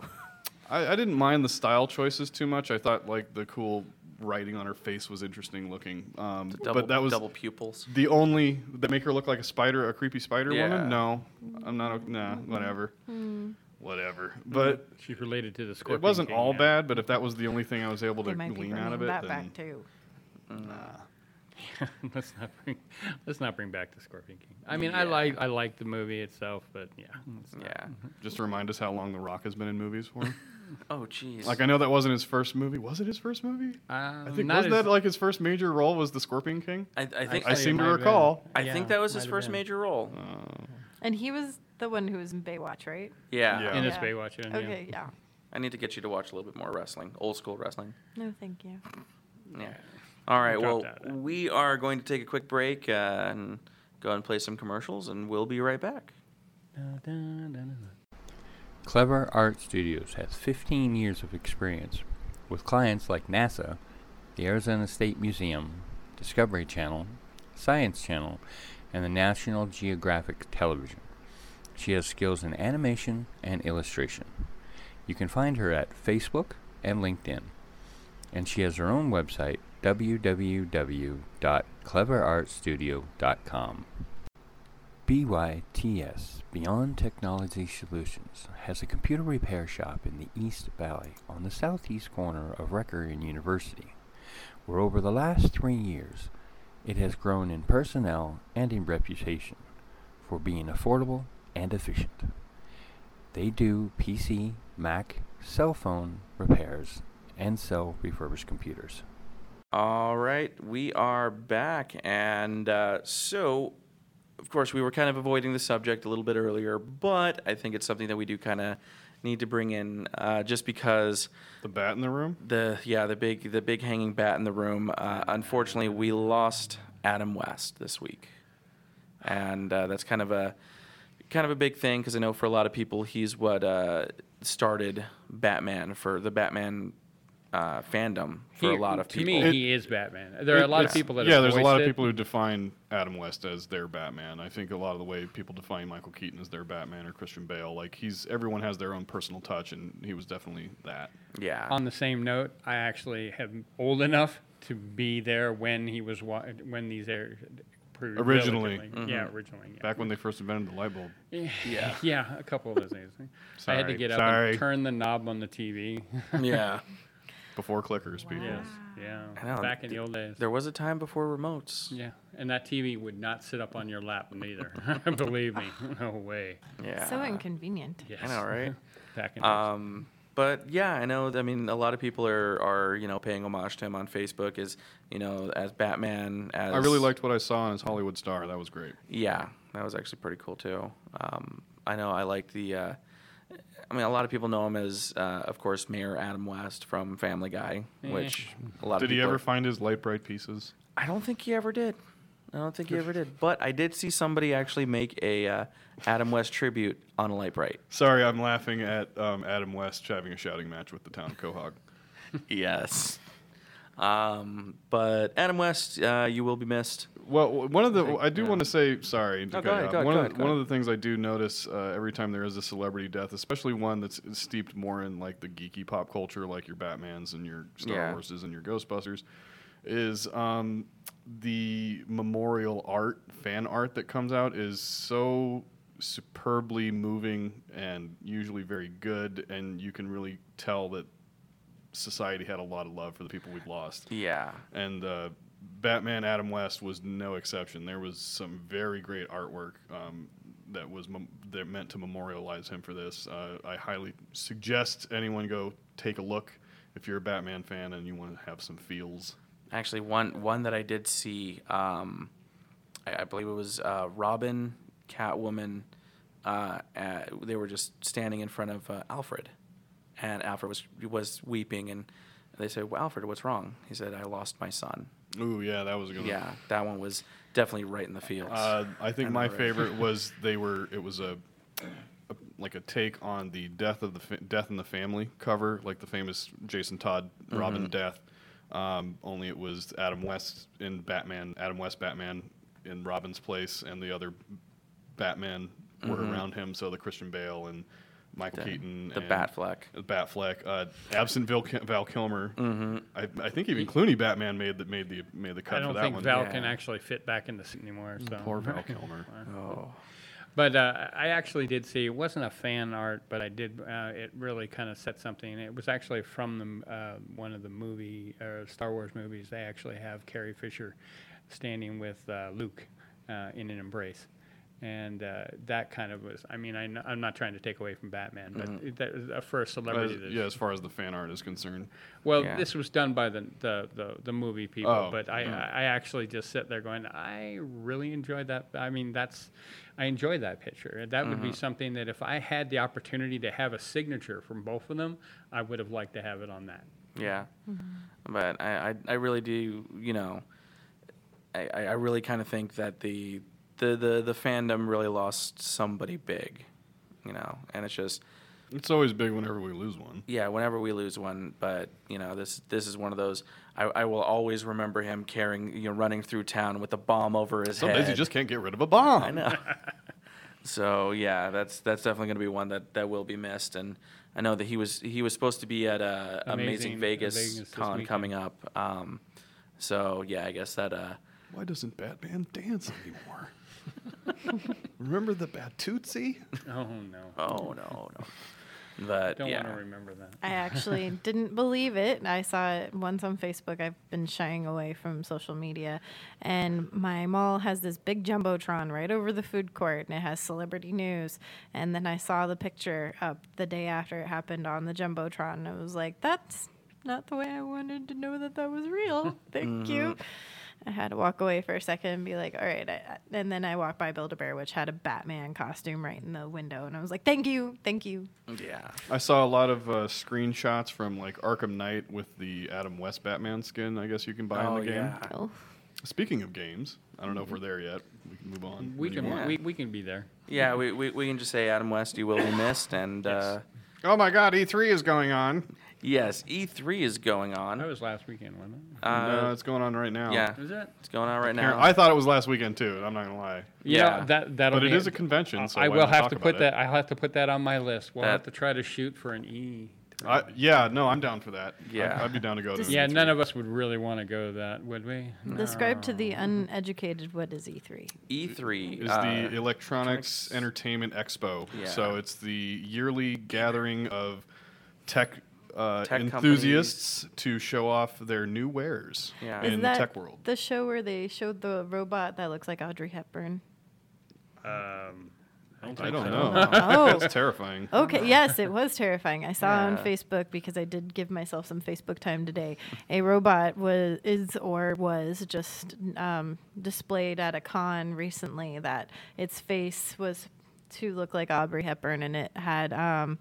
S3: I, I didn't mind the style choices too much I thought like the cool writing on her face was interesting looking um,
S1: Double,
S3: but that was
S1: double pupils.
S3: the only that make her look like a spider a creepy spider
S1: Yeah.
S3: woman no I'm not o- nah whatever Hmm. whatever but
S2: She's related to the Scorpion.
S3: it wasn't
S2: King,
S3: all
S2: yeah.
S3: bad but if that was the only thing I was able to
S4: they might be
S3: glean out
S4: bringing
S3: of it
S4: that
S3: then
S4: back too.
S2: let's not bring let's not bring back the Scorpion King. I mean, I like I like the movie itself, but yeah, it's not-
S1: Yeah.
S3: Just to remind us how long The Rock has been in movies for. him.
S1: Oh, jeez.
S3: like I know that wasn't his first movie. Was it his first movie?
S2: Um,
S3: I think
S2: not
S3: was
S2: as-
S3: that like his first major role was The Scorpion King.
S1: I, I think
S3: I
S1: I,
S3: seem
S2: might
S3: to
S2: have been.
S3: recall.
S1: I
S2: Yeah,
S1: think that was his
S2: might have
S1: first
S2: been.
S1: major role.
S4: And he was the one who was in Baywatch, right?
S1: yeah.
S3: Yeah.
S2: in his
S4: Yeah.
S2: Baywatch. and yeah.
S4: Okay, yeah.
S1: I need to get you to watch a little bit more wrestling, old school wrestling.
S4: No, thank you.
S1: Yeah. All right.
S2: Dropped
S1: Well,
S2: out of that.
S1: we are going to take a quick break uh, and go and play some commercials, and we'll be right back.
S5: Clever Art Studios has 15 years of experience with clients like NASA, the Arizona State Museum, Discovery Channel, Science Channel, and the National Geographic Television. She has skills in animation and illustration. You can find her at Facebook and LinkedIn. And she has her own website, www.cleverartstudio.com. BYTS, Beyond Technology Solutions, has a computer repair shop in the East Valley on the southeast corner of Recker and University, where over the last three years it has grown in personnel and in reputation for being affordable and efficient. They do PC, Mac, cell phone repairs, and sell refurbished computers.
S1: All right, we are back, and uh, so, of course, we were kind of avoiding the subject a little bit earlier, but I think it's something that we do kind of need to bring in, uh, just because
S3: The Bat in the Room.
S1: the yeah the big the big hanging bat in the room. Uh, unfortunately, we lost Adam West this week, and uh, that's kind of a kind of a big thing because I know for a lot of people he's what uh, started Batman for the Batman uh, fandom for
S2: He-
S1: a lot of
S2: to
S1: people.
S2: me, he is Batman. There are a lot of
S3: It's-
S2: people that
S3: yeah,
S2: have
S3: there's a lot
S2: voiced
S3: of
S2: it.
S3: people who define Adam West as their Batman. I think a lot of the way people define Michael Keaton as their Batman or Christian Bale, like he's everyone has their own personal touch, and he was definitely that.
S1: yeah.
S2: On the same note, I actually am old enough to be there when he was wa- when these air pre-
S3: Originally.
S2: relatively- yeah, originally, yeah.
S3: Back when they first invented the light bulb.
S2: yeah, yeah, a couple of those things. I had to
S3: Sorry,
S2: get up
S3: sorry.
S2: and turn the knob on the TV.
S1: yeah.
S3: Before clickers, people.
S2: yes, yeah,
S1: I know,
S2: back in the
S1: th-
S2: old days.
S1: There was a time before remotes.
S2: Yeah, and that TV would not sit up on your lap neither. Believe me, no way.
S1: Yeah.
S4: So inconvenient.
S2: Yes.
S1: I know, right?
S2: Back in
S1: Um, but yeah, I know. I mean, a lot of people are, are you know paying homage to him on Facebook as you know as Batman. As
S3: I really liked what I saw on his Hollywood Star. That was great.
S1: Yeah, that was actually pretty cool too. Um, I know I liked the. Uh, I mean, a lot of people know him as, uh, of course, Mayor Adam West from Family Guy, which a lot of
S3: Eh. Did
S1: people.
S3: he ever find his light bright pieces?
S1: I don't think he ever did. I don't think he ever did. But I did see somebody actually make a uh, Adam West tribute on a light bright.
S3: Sorry, I'm laughing at um, Adam West having a shouting match with the town of Quahog.
S1: Yes. Um, but Adam West, uh, you will be missed.
S3: Well, w- one of the I do want to say sorry.
S1: No,
S3: to cut
S1: go
S3: you
S1: ahead,
S3: off.
S1: go ahead,
S3: one
S1: go
S3: of
S1: ahead,
S3: the,
S1: go
S3: one
S1: ahead.
S3: of the things I do notice uh, every time there is a celebrity death, especially one that's steeped more in like the geeky pop culture, like your Batman's and your Star
S1: Yeah.
S3: Warses and your Ghostbusters, is um, the memorial art, fan art that comes out is so superbly moving and usually very good, and you can really tell that society had a lot of love for the people we've lost
S1: Yeah.
S3: and uh, Batman Adam West was no exception. There was some very great artwork um, that was mem- that meant to memorialize him for this. Uh, I highly suggest anyone go take a look if you're a Batman fan and you want to have some feels.
S1: Actually, one one that I did see, um, I, I believe it was uh, Robin, Catwoman. Uh, uh, they were just standing in front of uh, Alfred, and Alfred was was weeping, and they said, well, "Alfred, what's wrong?" He said, "I lost my son."
S3: Ooh, yeah, that was a good one.
S1: Yeah, that one was definitely right in the fields.
S3: Uh, I think my
S1: right.
S3: favorite was they were. It was a, a like a take on the death of the fa- death in the family cover, like the famous Jason Todd Robin
S1: Mm-hmm.
S3: death. Um, only it was Adam West in Batman, Adam West Batman in Robin's place, and the other Batman were around him. So the Christian Bale and Michael Keaton,
S1: Mm-hmm. the
S3: and
S1: Batfleck.
S3: Batfleck, uh, absent Val, Val Kilmer.
S1: Mm-hmm.
S3: I, I think even Clooney Batman made that made the made the cut
S2: I
S3: for
S2: don't
S3: that
S2: think
S3: one.
S2: Val
S1: yeah.
S2: can actually fit back in the suit anymore. So.
S3: Poor Val Kilmer.
S1: Oh,
S2: But uh, I actually did see it wasn't a fan art, but I did. Uh, it really kind of set something. It was actually from the, m- uh, one of the movie uh, Star Wars movies. They actually have Carrie Fisher standing with uh, Luke uh, in an embrace. And uh, that kind of was, I mean, I kn- I'm not trying to take away from Batman, but it- that is, uh, for a
S3: As,
S2: celebrity, that's-
S3: yeah, as far as the fan art is concerned.
S2: well,
S1: Yeah. mm-hmm.
S2: this was done by the the, the, the movie people,
S3: Oh,
S2: but I, I I actually just sit there going, I really enjoyed that. I mean, that's I enjoyed that picture. That would
S1: Mm-hmm.
S2: be something that if I had the opportunity to have a signature from both of them, I would have liked to have it on that.
S1: Yeah. But I, I, I really do, you know, I, I I really kind of think that the, the, the, the fandom really lost somebody big, you know, and it's just,
S3: It's always big whenever we lose one.
S1: yeah, whenever we lose one, but you know, this, this is one of those, I, I will always remember him carrying, you know, running through town with a bomb over his
S3: Some
S1: head.
S3: days you just can't get rid of a bomb.
S1: I know. so yeah, that's that's definitely going to be one that, that will be missed. And I know that he was he was supposed to be at uh, Amazing,
S2: Amazing
S1: Vegas,
S2: Vegas this
S1: con
S2: weekend.
S1: coming up. Um, so yeah, I guess that uh,
S3: Why doesn't Batman dance anymore? Remember the Batutsi?
S2: Oh no,
S1: oh no no, but
S2: don't
S1: yeah
S2: want to remember that.
S4: I actually didn't believe it. I saw it once on Facebook. I've been shying away from social media. And my mall has this big Jumbotron right over the food court and it has celebrity news. And then I saw the picture up the day after it happened on the Jumbotron. And I was like, that's not the way I wanted to know that that was real. Thank you. I had to walk away for a second and be like, all right. I, I- and then I walked by Build a Bear, which had a Batman costume right in the window. And I was like, thank you. Thank you.
S1: yeah
S3: I saw a lot of uh, screenshots from like Arkham Knight with the Adam West Batman skin. I guess you can buy
S1: oh
S3: in the game.
S1: yeah.
S4: Oh.
S3: Speaking of games, I don't know if we're there yet. We can move on.
S2: We
S3: when you
S2: can
S3: want.
S2: we, we can be there.
S1: Yeah, we, we, we can just say Adam West, you will be missed, and uh,
S3: Oh my God, E3 is going on.
S1: yes, E3 is going on.
S2: That was last weekend, wasn't it?
S3: no, it's going on right now.
S1: yeah,
S2: Was it?
S1: it's going on right
S3: Apparent-
S1: now.
S3: I thought it was last weekend too. and I'm not gonna lie,
S2: Yeah,
S1: Yeah.
S2: that that'll
S3: but it
S2: be
S3: is a convention. So
S2: I
S3: why
S2: will
S3: not
S2: have
S3: talk
S2: to
S3: about
S2: put
S3: it?
S2: that. I'll have to put that on my list. We'll have
S1: That-
S2: to try to shoot for an E.
S3: I, yeah, no, I'm down for that. I'd- I'd,
S1: Yeah.
S3: be down to go to. an
S2: Yeah,
S3: E3.
S2: none of us would really want to go to that, would we?
S4: Describe to the uneducated what is E E3.
S1: E3
S3: is
S1: uh,
S3: the Electronics Entertainment Expo.
S1: Yeah.
S3: So it's the yearly gathering of tech, uh,
S1: Tech
S3: enthusiasts to show off their new wares
S1: Yeah. Is
S3: in the tech world.
S4: The show where they showed the robot that looks like Audrey Hepburn.
S3: I don't know.
S4: Oh,
S3: That's terrifying.
S4: okay. Yes, it was terrifying. I saw on
S1: Yeah.
S4: Facebook because I did give myself some Facebook time today. A robot was is or was just um, displayed at a con recently that its face was to look like Audrey Hepburn and it had um,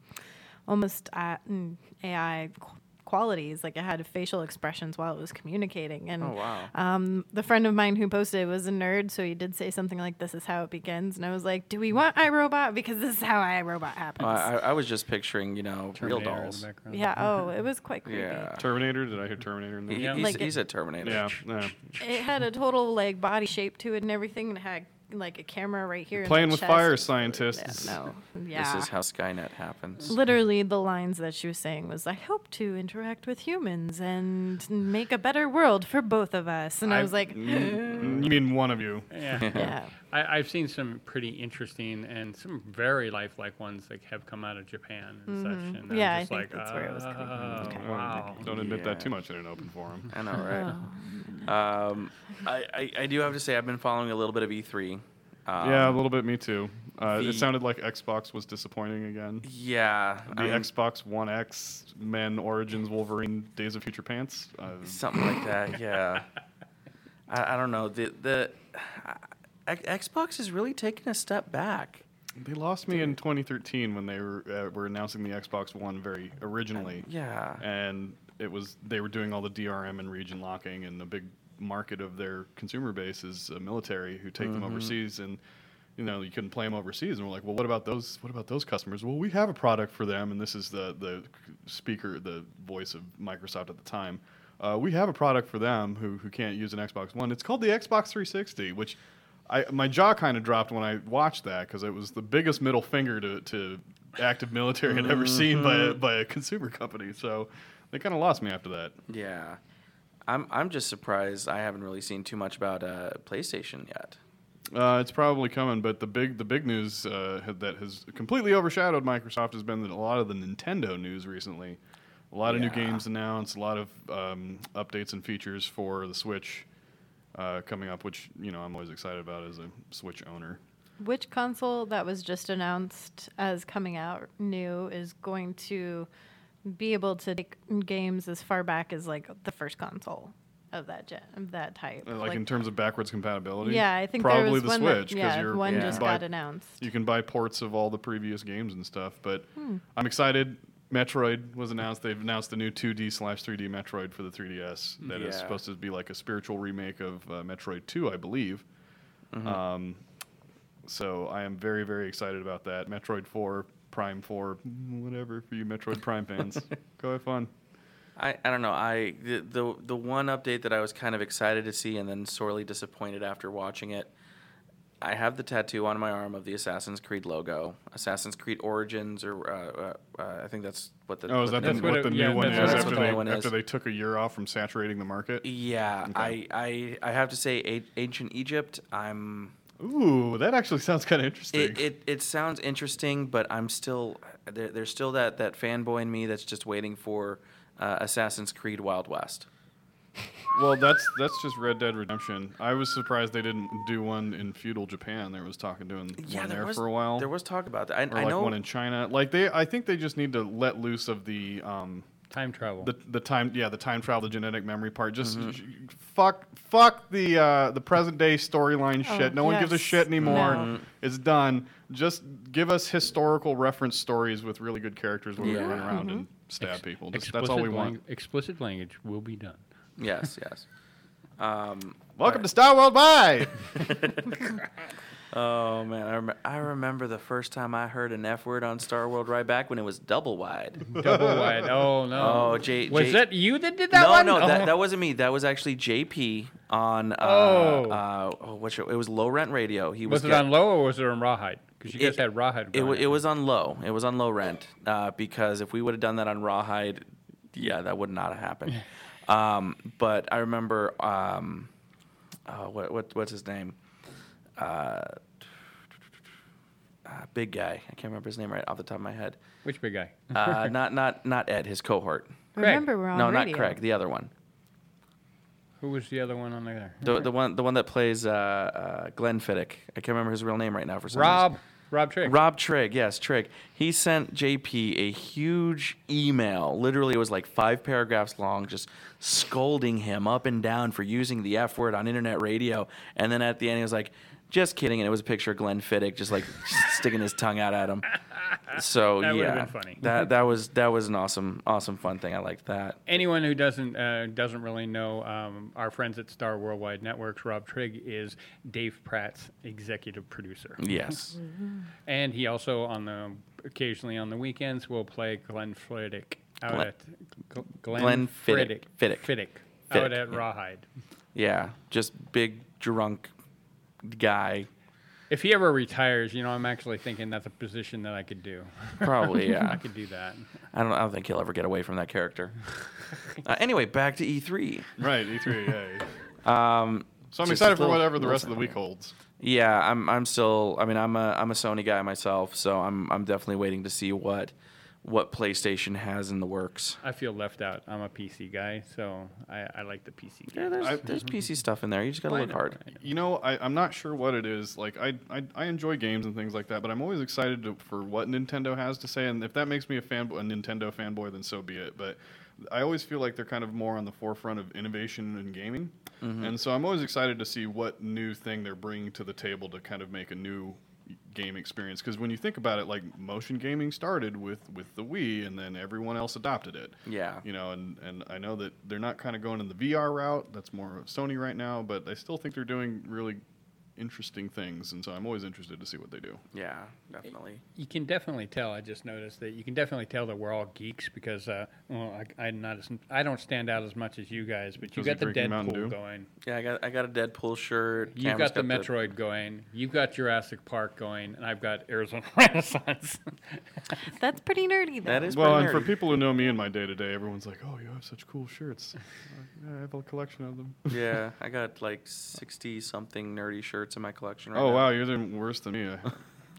S4: almost uh, mm, AI qu- qualities. Like it had facial expressions while it was communicating. And
S1: Oh wow.
S4: Um, the friend of mine who posted it was a nerd, so he did say something like, "This is how it begins," and I was like, "Do we want iRobot? Because this is how iRobot happens."
S1: I, I, I was just picturing, you know, real
S2: Terminator in the
S1: dolls.
S2: background.
S4: yeah. Oh, it was quite creepy.
S1: Yeah.
S3: Terminator? Did I hear Terminator in
S1: He-
S3: there?
S1: he's,
S4: Like it-
S1: he's a Terminator.
S3: Yeah. yeah.
S4: It had a total like body shape to it and everything, and it had like a camera right here. in the
S3: Playing with
S4: chest.
S3: fire
S4: Yeah,
S3: scientists.
S4: no. Yeah.
S1: This is how Skynet happens.
S4: Literally, the lines that she was saying was, "I hope to interact with humans and make a better world for both of us." And I, was like,
S3: Mm, You mean one of you?
S2: Yeah.
S4: "Yeah,
S1: mm.
S2: I, I've seen some pretty interesting and some very lifelike ones that have come out of Japan and such. And
S4: Mm-hmm. Yeah, I
S2: I'm just
S4: think
S2: like,
S4: that's where it was coming from.
S2: "Oh,
S4: Okay.
S2: wow.
S3: Uh, Don't admit
S1: Yeah.
S3: that too much in an open forum.
S1: I know, right?
S4: Oh.
S1: Um, I, I, I do have to say I've been following a little bit of E3. Um,
S3: yeah, a little bit. Me too. Uh,
S1: the-
S3: it sounded like Xbox was disappointing again.
S1: Yeah.
S3: The
S1: I mean,
S3: Xbox One X Men Origins Wolverine Days of Future Pants. Uh,
S1: something like that. Yeah. I, I don't know. The the I, Xbox is really taking a step back.
S3: they lost me in 2013 when they were uh, were announcing the Xbox One very originally.
S1: Yeah.
S3: And it was they were doing all the DRM and region locking, and the big market of their consumer base is uh, military who take them overseas and. You know, you couldn't play them overseas, and we're like, well, what about those? What about those customers? Well, we have a product for them, and this is the the speaker, the voice of Microsoft at the time. Uh, we have a product for them who who can't use an Xbox One. It's called the Xbox 360, which I my jaw kind of dropped when I watched that because it was the biggest middle finger to, to active military I'd ever seen by a, by a consumer company. So they kind of lost me after that.
S1: Yeah. I'm I'm just surprised I haven't really seen too much about uh, PlayStation yet.
S3: Uh, it's probably coming, but the big the big news uh, ha- that has completely overshadowed Microsoft has been that a lot of the Nintendo news recently. A lot of
S1: Yeah.
S3: new games announced, a lot of um, updates and features for the Switch. uh, coming up, which you know I'm always excited about as a Switch owner.
S4: Which console that was just announced as coming out new is going to be able to take games as far back as like the first console of that gen of that type?
S3: Uh, Like, in terms of backwards compatibility,
S4: yeah, I think
S3: probably
S4: there was
S3: the
S4: one
S3: Switch
S4: That, yeah,
S3: you're
S4: one
S3: you
S4: just
S3: can buy-
S4: got announced.
S3: You can buy ports of all the previous games and stuff, but
S4: Hmm.
S3: I'm excited. Metroid was announced. They've announced the new 2D slash 3D Metroid for the 3DS. That is
S1: Yeah.
S3: supposed to be like a spiritual remake of uh, Metroid 2, I believe. Um, so I am very, very excited about that. Metroid 4, Prime 4, whatever for you Metroid Prime fans. Go have fun.
S1: I, I don't know. I the, the the one update that I was kind of excited to see and then sorely disappointed after watching it. I have the tattoo on my arm of the Assassin's Creed logo, Assassin's Creed Origins, or uh, uh, uh, I think that's what the.
S3: Oh, is that
S1: what
S3: the,
S1: the
S2: That's
S3: what,
S1: name-
S2: what it-
S3: the new
S2: yeah,
S3: one
S2: that's
S3: is
S2: what
S3: after
S1: the
S3: they
S1: new one is.
S3: after they took a year off from saturating the market?
S1: Yeah,
S3: Okay.
S1: I, I I have to say, a- ancient Egypt. I'm.
S3: Ooh, that actually sounds kind of interesting.
S1: It, it it sounds interesting, but I'm still there, there's still that that fanboy in me that's just waiting for uh, Assassin's Creed Wild West.
S3: Well, that's that's just Red Dead Redemption. I was surprised they didn't do one in feudal Japan. There was talk of doing one there,
S1: was,
S3: for a while,
S1: There was talk about that. I,
S3: or
S1: I
S3: like
S1: know
S3: one in China. Like they, I think they just need to let loose of the um,
S2: Time travel.
S3: the the time, yeah, the time travel, the genetic memory part. Just
S1: Mm-hmm.
S3: sh- fuck fuck the uh, the present day storyline
S4: Oh,
S3: shit. No one gives a
S4: yes.
S3: shit anymore.
S4: No.
S3: It's done. Just give us historical reference stories with really good characters where we
S1: Yeah.
S3: run around
S4: Mm-hmm.
S3: and stab people. Just, that's all we
S2: Explicit
S3: want.
S2: lang- explicit language will be done.
S1: Yes, yes. Um,
S3: Welcome to Star World Bye.
S1: oh man, I, rem- I remember the first time I heard an F word on Star World right back when it was double wide.
S2: Double wide. Oh no.
S1: Oh, J-
S2: Was
S1: J-
S2: that you that did that
S1: no,
S2: one?
S1: no,
S2: Oh.
S1: that, that wasn't me. That was actually JP on uh,
S2: Oh.
S1: uh, oh, what show? It was Low Rent Radio. He was,
S2: was it
S1: get-
S2: on low or was it on rawhide? Because you guys had rawhide.
S1: It, wa-
S2: going.
S1: it was on low. It was on low rent uh, because if we would have done that on Rawhide, yeah, that would not have happened. um, but I remember, um, uh, what, what what's his name? Uh, uh, big guy. I can't remember his name right off the top of my head.
S2: Which big guy?
S1: Uh, not not not Ed, his cohort.
S4: Remember,
S2: Oh,
S4: we're on
S1: no,
S4: radio.
S1: not Craig, the other one.
S2: Who was the other one on there?
S1: The, the one the one that plays uh, uh, Glenn Fiddick. I can't remember his real name right now for some reason.
S2: Rob. Rob Trick.
S1: Rob Trigg, yes, Trigg. He sent JP a huge email. Literally, it was like five paragraphs long, just scolding him up and down for using the F word on internet radio. And then at the end, he was like, just kidding. And it was a picture of Glenn Fiddick just like sticking his tongue out at him. So
S2: That would've
S1: yeah,
S2: been funny.
S1: that that was that was an awesome awesome fun thing. I liked that.
S2: Anyone who doesn't uh, doesn't really know um, our friends at Star Worldwide Networks, Rob Trigg is Dave Pratt's executive producer,
S1: Yes,
S2: and he also on the occasionally on the weekends will play Glenn Friddick out
S1: Glenn-
S2: at Gl- Glenn,
S1: Glenn Fiddick.
S2: Friddick
S1: Fiddick.
S2: out
S1: Fiddick,
S2: at
S1: yeah.
S2: Rawhide.
S1: yeah, just big drunk guy.
S2: If he ever retires, you know, I'm actually thinking that's a position that I could do.
S1: Probably
S2: I
S1: yeah.
S2: could do that.
S1: I don't, I don't think he'll ever get away from that character. uh, anyway, back to E3.
S3: Right, E3, yeah. E
S1: Um,
S3: So I'm
S1: Just
S3: excited
S1: a
S3: for
S1: little-
S3: whatever the
S1: little
S3: rest of the
S1: something.
S3: week holds.
S1: yeah, I'm, I'm still. I mean, I'm a, I'm a Sony guy myself, so I'm, I'm definitely waiting to see what, what PlayStation has in the works.
S2: I feel left out. I'm a PC guy, so I, I like the PC.
S1: Yeah,
S2: Guy.
S1: there's,
S3: I-
S1: there's PC stuff in there. You just gotta
S2: Well, I
S1: look
S2: know,
S1: hard.
S3: You know, I, I'm not sure what it is. Like, I, I, I enjoy games and things like that, but I'm always excited to, for what Nintendo has to say. And if that makes me a fanboy, a Nintendo fanboy, then so be it. But I always feel like they're kind of more on the forefront of innovation and gaming. And so I'm always excited to see what new thing they're bringing to the table to kind of make a new game experience. Because when you think about it, like motion gaming started with with the Wii, and then everyone else adopted it.
S1: Yeah.
S3: You know, and, and I know that they're not kind of going in the VR route. That's more of Sony right now, but I still think they're doing really interesting things, and so I'm always interested to see what they do.
S1: Yeah, definitely.
S2: You can definitely tell. I just noticed that you can definitely tell that we're all geeks because uh, well, I, I'm not as I don't stand out as much as you guys, but you
S3: Because you're
S2: got the
S3: drinking Mountain
S2: Deadpool
S3: Dew?
S2: going,
S1: Yeah, I got, I got a Deadpool shirt.
S2: you've
S1: Cameron's
S2: got the Metroid going, you've got Jurassic Park going, and I've got Arizona Renaissance.
S4: That's pretty nerdy though.
S1: That is
S3: Well, and
S1: pretty
S3: for
S1: nerdy.
S3: people who know me in my day to day, everyone's like, "Oh, you have such cool shirts. Yeah, I have a collection of them."
S1: Yeah, I got like sixty something nerdy shirts in my collection. Right
S3: Oh
S1: now.
S3: wow, you're doing worse than me. I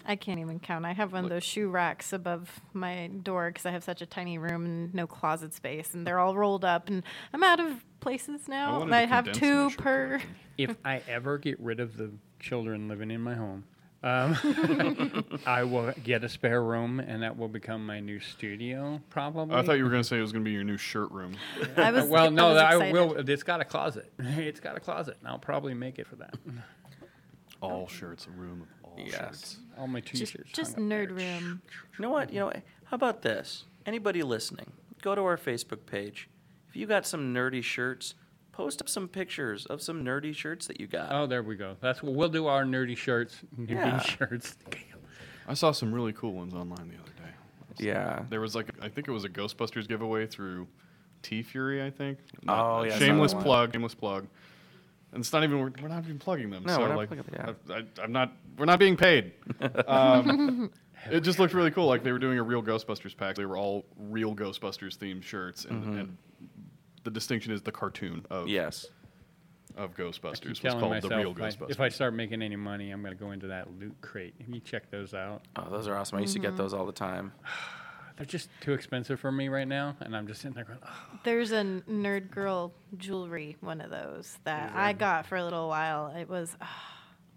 S4: I can't even count. I have one of those shoe racks above my door because I have such a tiny room and no closet space, and they're all rolled up. And I'm out of places now.
S3: wanted
S4: and
S3: to
S4: I have
S3: condense my
S4: two
S3: shoe
S4: per.
S3: collection.
S2: if I ever get rid of the children living in my home, um, I will get a spare room, and that will become my new studio, probably.
S3: I thought you were going to say it was going to be your new shirt room.
S4: I was
S2: well, no,
S4: I,
S2: I,
S4: was
S2: will.
S4: excited.
S2: It's got a closet. It's got a closet, and I'll probably make it for that.
S3: All shirts, a room of all shirts.
S1: Yes.
S2: All my
S4: Just,
S2: t-shirts.
S4: just
S2: hung up
S4: nerd
S2: there.
S4: room.
S1: You know what? You know what? How about this? Anybody listening, go to our Facebook page. If you got some nerdy shirts, post up some pictures of some nerdy shirts that you got.
S2: Oh, there we go. That's what we'll do. Our nerdy shirts, nerdy
S1: Yeah.
S2: shirts.
S3: I saw some really cool ones online the other day.
S1: yeah.
S3: There was like, I think it was a Ghostbusters giveaway through T Fury, I think.
S1: Oh, yeah, I saw
S3: Shameless
S1: that one.
S3: plug, shameless plug. And it's not even, we're, we're not even plugging them.
S1: No,
S3: so
S1: we're not
S3: like,
S1: plugging them,
S3: I, I, I'm not, we're not being paid. Um, it just looked really cool. Like they were doing a real Ghostbusters pack. They were all real Ghostbusters themed shirts. And,
S1: Mm-hmm.
S3: and the distinction is the cartoon of,
S1: Yes.
S3: of
S2: Keep
S3: Ghostbusters was
S2: telling
S3: called the real
S2: myself if I,
S3: Ghostbusters.
S2: if I start making any money, I'm going to go into that loot crate. Have you checked those out?
S1: Oh, those are awesome. I used to get those all the time.
S2: They're just too expensive for me right now, and I'm just sitting there going, oh,
S4: There's a nerd girl jewelry one of those that I got for a little while. It was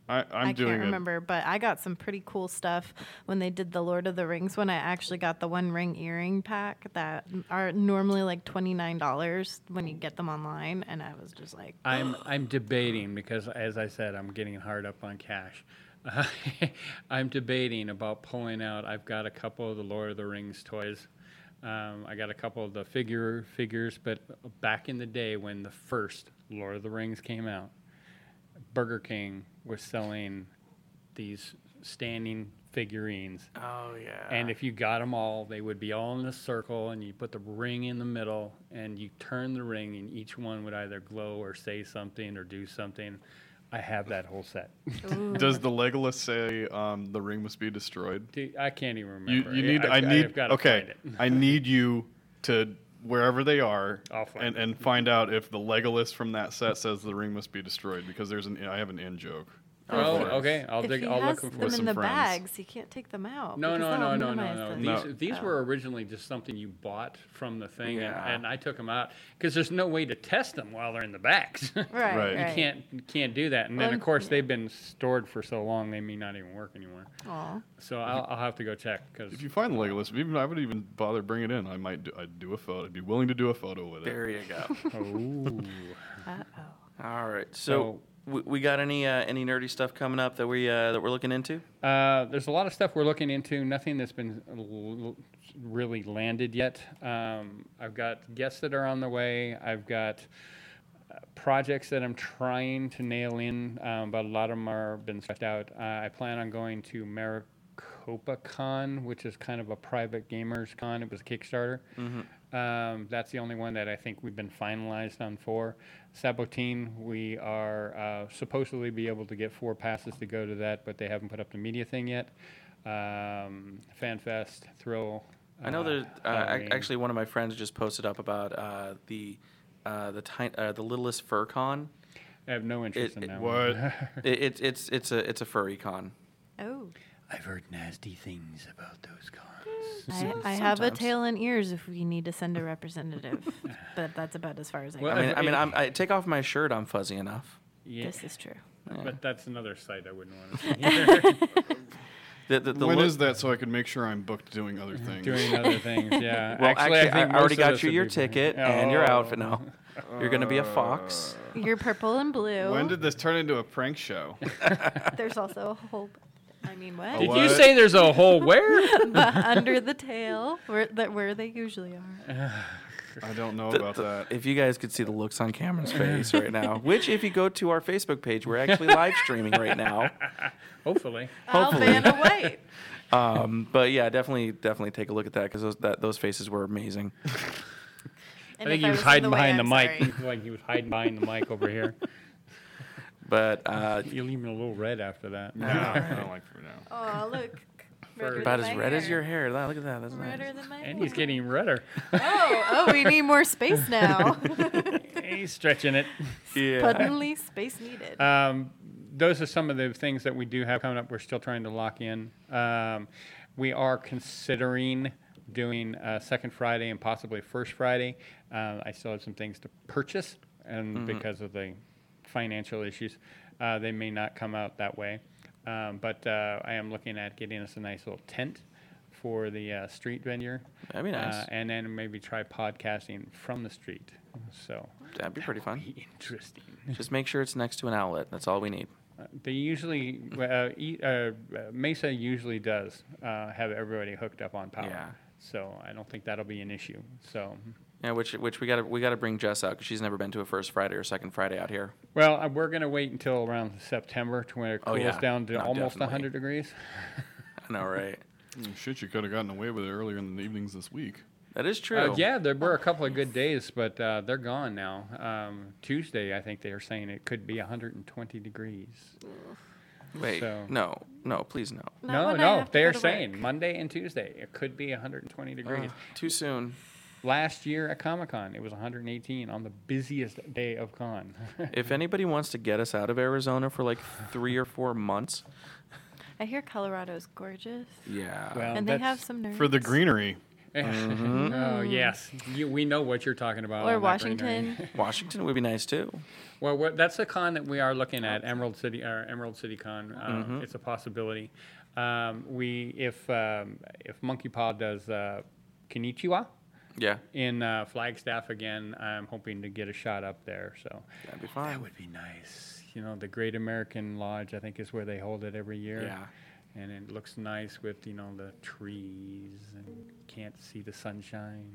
S3: I, I'm
S4: I
S3: doing
S4: can't
S3: a-
S4: remember, but I got some pretty cool stuff when they did the Lord of the Rings one. I actually got the one ring earring pack that are normally like twenty nine dollars when you get them online, and I was just like,
S2: I'm I'm debating because, as I said, I'm getting hard up on cash. I'm debating about pulling out. I've got a couple of the Lord of the Rings toys. Um, I got a couple of the figure figures, but back in the day when the first Lord of the Rings came out, Burger King was selling these standing figurines
S1: Oh yeah.
S3: Ah.
S2: and if you got them all, they would be all in a circle, and you put the ring in the middle, and you turn the ring, and each one would either glow or say something or do something. I have that whole set.
S3: Does the Legolas say um, the ring must be destroyed?
S2: Dude, I can't even remember.
S3: You, you need.
S2: I've-
S3: I,
S2: I've
S3: need.
S2: gotta find
S3: okay.
S2: it.
S3: I need you to wherever they are,
S2: I'll find
S3: and
S2: it.
S3: and find out if the Legolas from that set says the ring must be destroyed because there's an. I have an in joke.
S2: Oh,
S3: for it.
S2: okay. I'll
S4: if
S2: dig.
S4: he
S2: I'll
S4: has
S2: look
S4: them
S2: for
S3: some
S4: in the
S3: friends.
S4: bags, you can't take them out.
S2: No,
S4: because
S2: no,
S4: that'll
S2: no, no, no,
S4: minimize
S2: no.
S4: the-
S2: These
S3: No.
S2: these
S4: Oh.
S2: were originally just something you bought from the thing, and-
S1: Yeah.
S2: and, I took them out because there's no way to test them while they're in the bags.
S4: Right,
S3: Right.
S4: right.
S3: You
S2: You can't you can't do that. And
S4: Well,
S2: then of
S4: and-
S2: course
S4: yeah.
S2: they've been stored for so long they may not even work anymore.
S4: Aw.
S2: So I'll, I'll have to go check because
S3: If you find the Legolas, even I would even bother bring it in. I might. Do, I'd do a photo. I'd be willing to do a photo with it.
S1: there you go.
S2: oh.
S1: all right. So, we, we got any uh, any nerdy stuff coming up that we uh, that we're looking into?
S2: Uh, there's a lot of stuff we're looking into. Nothing that's been l- l- really landed yet. Um, I've got guests that are on the way. I've got uh, projects that I'm trying to nail in, um, but a lot of them are been stretched out. Uh, I plan on going to Maricopa Con, which is kind of a private gamers con. It was a Kickstarter.
S1: Mm-hmm.
S2: Um, that's the only one that I think we've been finalized on for. Sabotine, we are uh, supposedly be able to get four passes to go to that, but they haven't put up the media thing yet. Um, FanFest, Thrill.
S1: I know
S2: uh,
S1: there's uh, ac-
S2: Halloween.
S1: actually one of my friends just posted up about uh, the uh, the ti- uh, the littlest fur con.
S2: I have no interest
S1: it-
S2: in that one.
S3: What?
S1: It, it's it's it's a it's a furry con.
S4: Oh,
S2: I've heard nasty things about those cons.
S4: I, I have a
S1: Sometimes.
S4: tail and ears if we need to send a representative, but that's about as far as I
S2: Well,
S4: go.
S1: I mean, I mean,
S2: it-
S1: I'm, I take off my shirt, I'm fuzzy enough.
S2: Yeah,
S4: This is true.
S2: but that's another site I wouldn't want to see
S1: The, the, the
S3: When
S1: look-
S3: is that? So I can make sure I'm booked doing other things.
S2: doing other things. Yeah.
S1: Well, actually, I, I
S2: most
S1: already
S2: of
S1: got
S2: us
S1: you
S2: would
S1: your
S2: be-
S1: ticket and your
S2: Oh.
S1: outfit. No, you're gonna be a
S3: Uh,
S1: fox.
S4: You're purple and blue.
S3: when did this turn into a prank show?
S4: There's also a whole. I mean, what?
S2: Did you
S3: What?
S2: say there's a hole where?
S4: under the tail, where that where they usually are.
S3: I don't know
S1: The-
S3: about
S1: the-
S3: that.
S1: If you guys could see the looks on Cameron's face right now, which if you go to our Facebook page, we're actually live streaming right now.
S2: Hopefully.
S4: Albana White.
S1: Um, but yeah, definitely, definitely take a look at that because those that, those faces were amazing.
S2: I think he was hiding behind the mic. like he was hiding behind the mic over here.
S1: But uh,
S2: You leave me a little red after that.
S3: No, I don't like for now.
S4: Oh, look.
S2: Redder
S1: about as red as your hair. Look at that. That's nice.
S4: Redder than my
S2: And he's getting redder.
S4: Oh, oh, we need more space now.
S2: he's stretching it.
S1: Yeah.
S4: Suddenly, space needed.
S2: Um, those are some of the things that we do have coming up. We're still trying to lock in. Um, we are considering doing uh, second Friday and possibly first Friday. Uh, I still have some things to purchase, and
S1: Mm-hmm.
S2: because of the financial issues, uh, they may not come out that way. Um, but uh, I am looking at getting us a nice little tent for the uh, street venue.
S1: That'd be nice.
S2: Uh, and then maybe try podcasting from the street. So
S1: That'd be pretty fun.
S2: interesting.
S1: Just make sure it's next to an outlet. That's all we need.
S2: They usually uh, e- uh, uh, Mesa usually does uh, have everybody hooked up on power.
S1: Yeah.
S2: So I don't think that'll be an issue. So,
S1: Yeah, which which we gotta we gotta bring Jess out because she's never been to a first Friday or second Friday out here.
S2: well, uh, we're gonna wait until around September to when it
S1: Oh,
S2: cools
S1: yeah.
S2: down to
S1: No,
S2: almost
S1: definitely.
S2: 100 degrees.
S1: I know, right?
S3: Mm, Shit, you could have gotten away with it earlier in the evenings this week.
S1: That is true.
S2: Uh, yeah, there were a couple of good days, but uh, they're gone now. Um, Tuesday, I think they are saying it could be 120 degrees.
S1: Wait.
S2: so-
S1: No. No. Please no.
S4: Not
S2: no,
S4: when I
S2: no,
S4: have to
S2: they
S4: go
S2: are
S4: to
S2: saying
S4: work.
S2: Monday and Tuesday it could be 120 degrees.
S1: Ugh, too soon.
S2: Last year at Comic Con, it was 118 on the busiest day of con.
S1: If anybody wants to get us out of Arizona for like three or four months,
S4: I hear Colorado's gorgeous,
S1: yeah.
S2: Well,
S4: and they have
S2: Um, that's-
S4: some nerds.
S3: For the greenery.
S2: Oh yes, you, we know what you're talking about.
S4: or
S2: on that greenery.
S4: Washington.
S1: Washington would be nice too.
S2: Well, we're, that's a con that we are looking at, Emerald City, or Emerald City Con. Uh, It's a possibility. Um, we, if um, if Monkey Paw does uh, Kanichiwa
S1: Yeah.
S2: in uh, Flagstaff again, I'm hoping to get a shot up there. So
S1: That'd be fine.
S2: that would be nice. You know, the Great American Lodge, I think, is where they hold it every year.
S1: Yeah.
S2: And it looks nice with you know the trees and can't see the sunshine.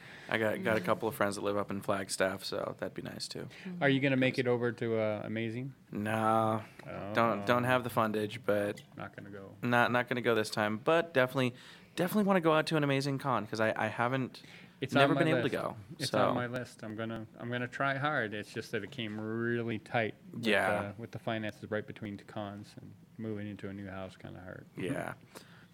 S1: I got got a couple of friends that live up in Flagstaff, so that'd be nice too.
S2: Are you gonna make it over to uh, Amazing? Oh,
S1: No, don't don't have the fundage, but
S2: Not gonna go.
S1: not not gonna go this time. But definitely, definitely want to go out to an amazing con because I, I haven't
S2: It's on
S1: never
S2: my
S1: been able to
S2: list.
S1: go.
S2: It's
S1: so
S2: on my list. I'm gonna I'm gonna try hard. It's just that it came really tight. With,
S1: Yeah.
S2: Uh, with the finances right between the cons and moving into a new house, kind of hard.
S1: yeah.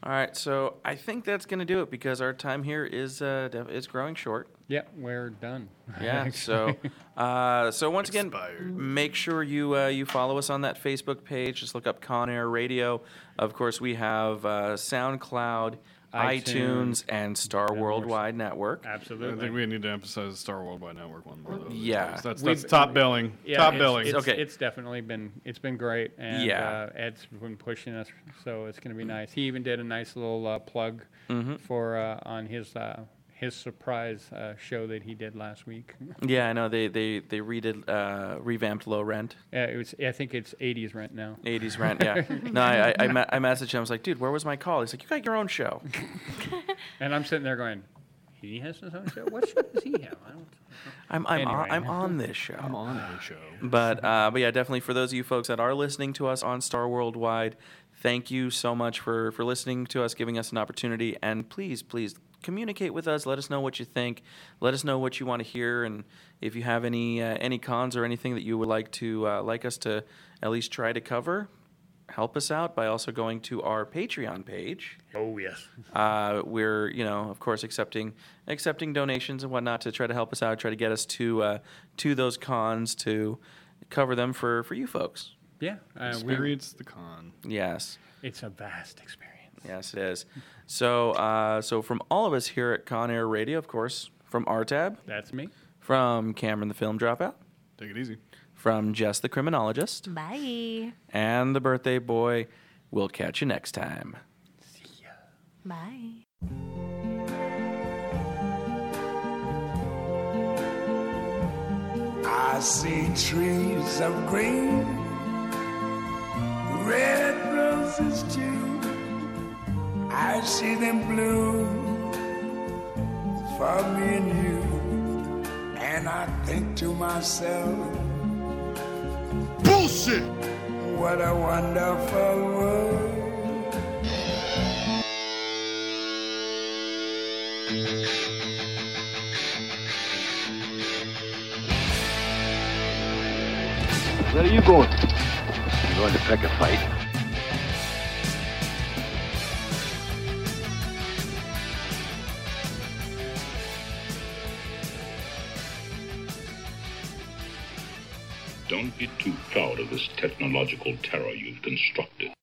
S1: All right, so I think that's gonna do it because our time here is uh def- is growing short.
S2: Yep, we're done.
S1: Yeah. so, uh, so once again,
S3: Expired.
S1: make sure you uh, you follow us on that Facebook page. Just look up Conair Radio. Of course, we have uh, SoundCloud, iTunes,
S2: iTunes.
S1: and Star Worldwide Network.
S3: I
S2: Absolutely.
S3: think we need to emphasize the Star Worldwide Network one more. Though. That's-
S1: Yeah.
S3: That's,
S2: We've-
S3: that's top billing.
S2: yeah,
S3: top
S2: it's,
S3: billing.
S2: It's,
S1: Okay.
S2: it's definitely been it's been great, and
S1: Yeah.
S2: uh, Ed's been pushing us, so it's going to be nice. He even did a nice little uh, plug
S1: Mm-hmm.
S2: for uh, on his uh, his surprise uh, show that he did last week.
S1: Yeah, I know they they they redid uh, revamped Low Rent.
S2: Yeah, it was. I think it's 80s rent now.
S1: 80s rent, yeah. No, I, I, I, me- I messaged him. I was like, dude, where was my call? He's like, you got your own show.
S2: And I'm sitting there going, he has his own show. What show does he have? I don't.
S1: I'm, I'm,
S2: Anyway.
S1: on, I'm on this show.
S3: I'm on the show.
S1: But uh, but yeah, definitely for those of you folks that are listening to us on Star Worldwide, thank you so much for for listening to us, giving us an opportunity, and please please communicate with us. Let us know what you think. Let us know what you want to hear, and if you have any uh, any cons or anything that you would like to uh, like us to at least try to cover. Help us out by also going to our Patreon page.
S2: Oh yes.
S1: Uh, we're, you know, of course, accepting accepting donations and whatnot to try to help us out, try to get us to uh, to those cons to cover them for for you folks.
S2: Yeah. Uh, we,
S3: Experience the con.
S1: Yes,
S2: it's a vast experience.
S1: yes, it is. So, uh, so from all of us here at Con Air Radio, of course, from RTAB,
S2: That's me.
S1: from Cameron the Film Dropout,
S3: Take it easy.
S1: from Jess the Criminologist,
S4: Bye.
S1: and the Birthday Boy. We'll catch you next time.
S4: Bye.
S6: I see trees of green, red roses too. I see them bloom for me and you. And I think to myself, bullshit! What a wonderful world.
S7: Where are you going? I'm going to pick a fight.
S8: Don't get too proud of this technological terror you've constructed.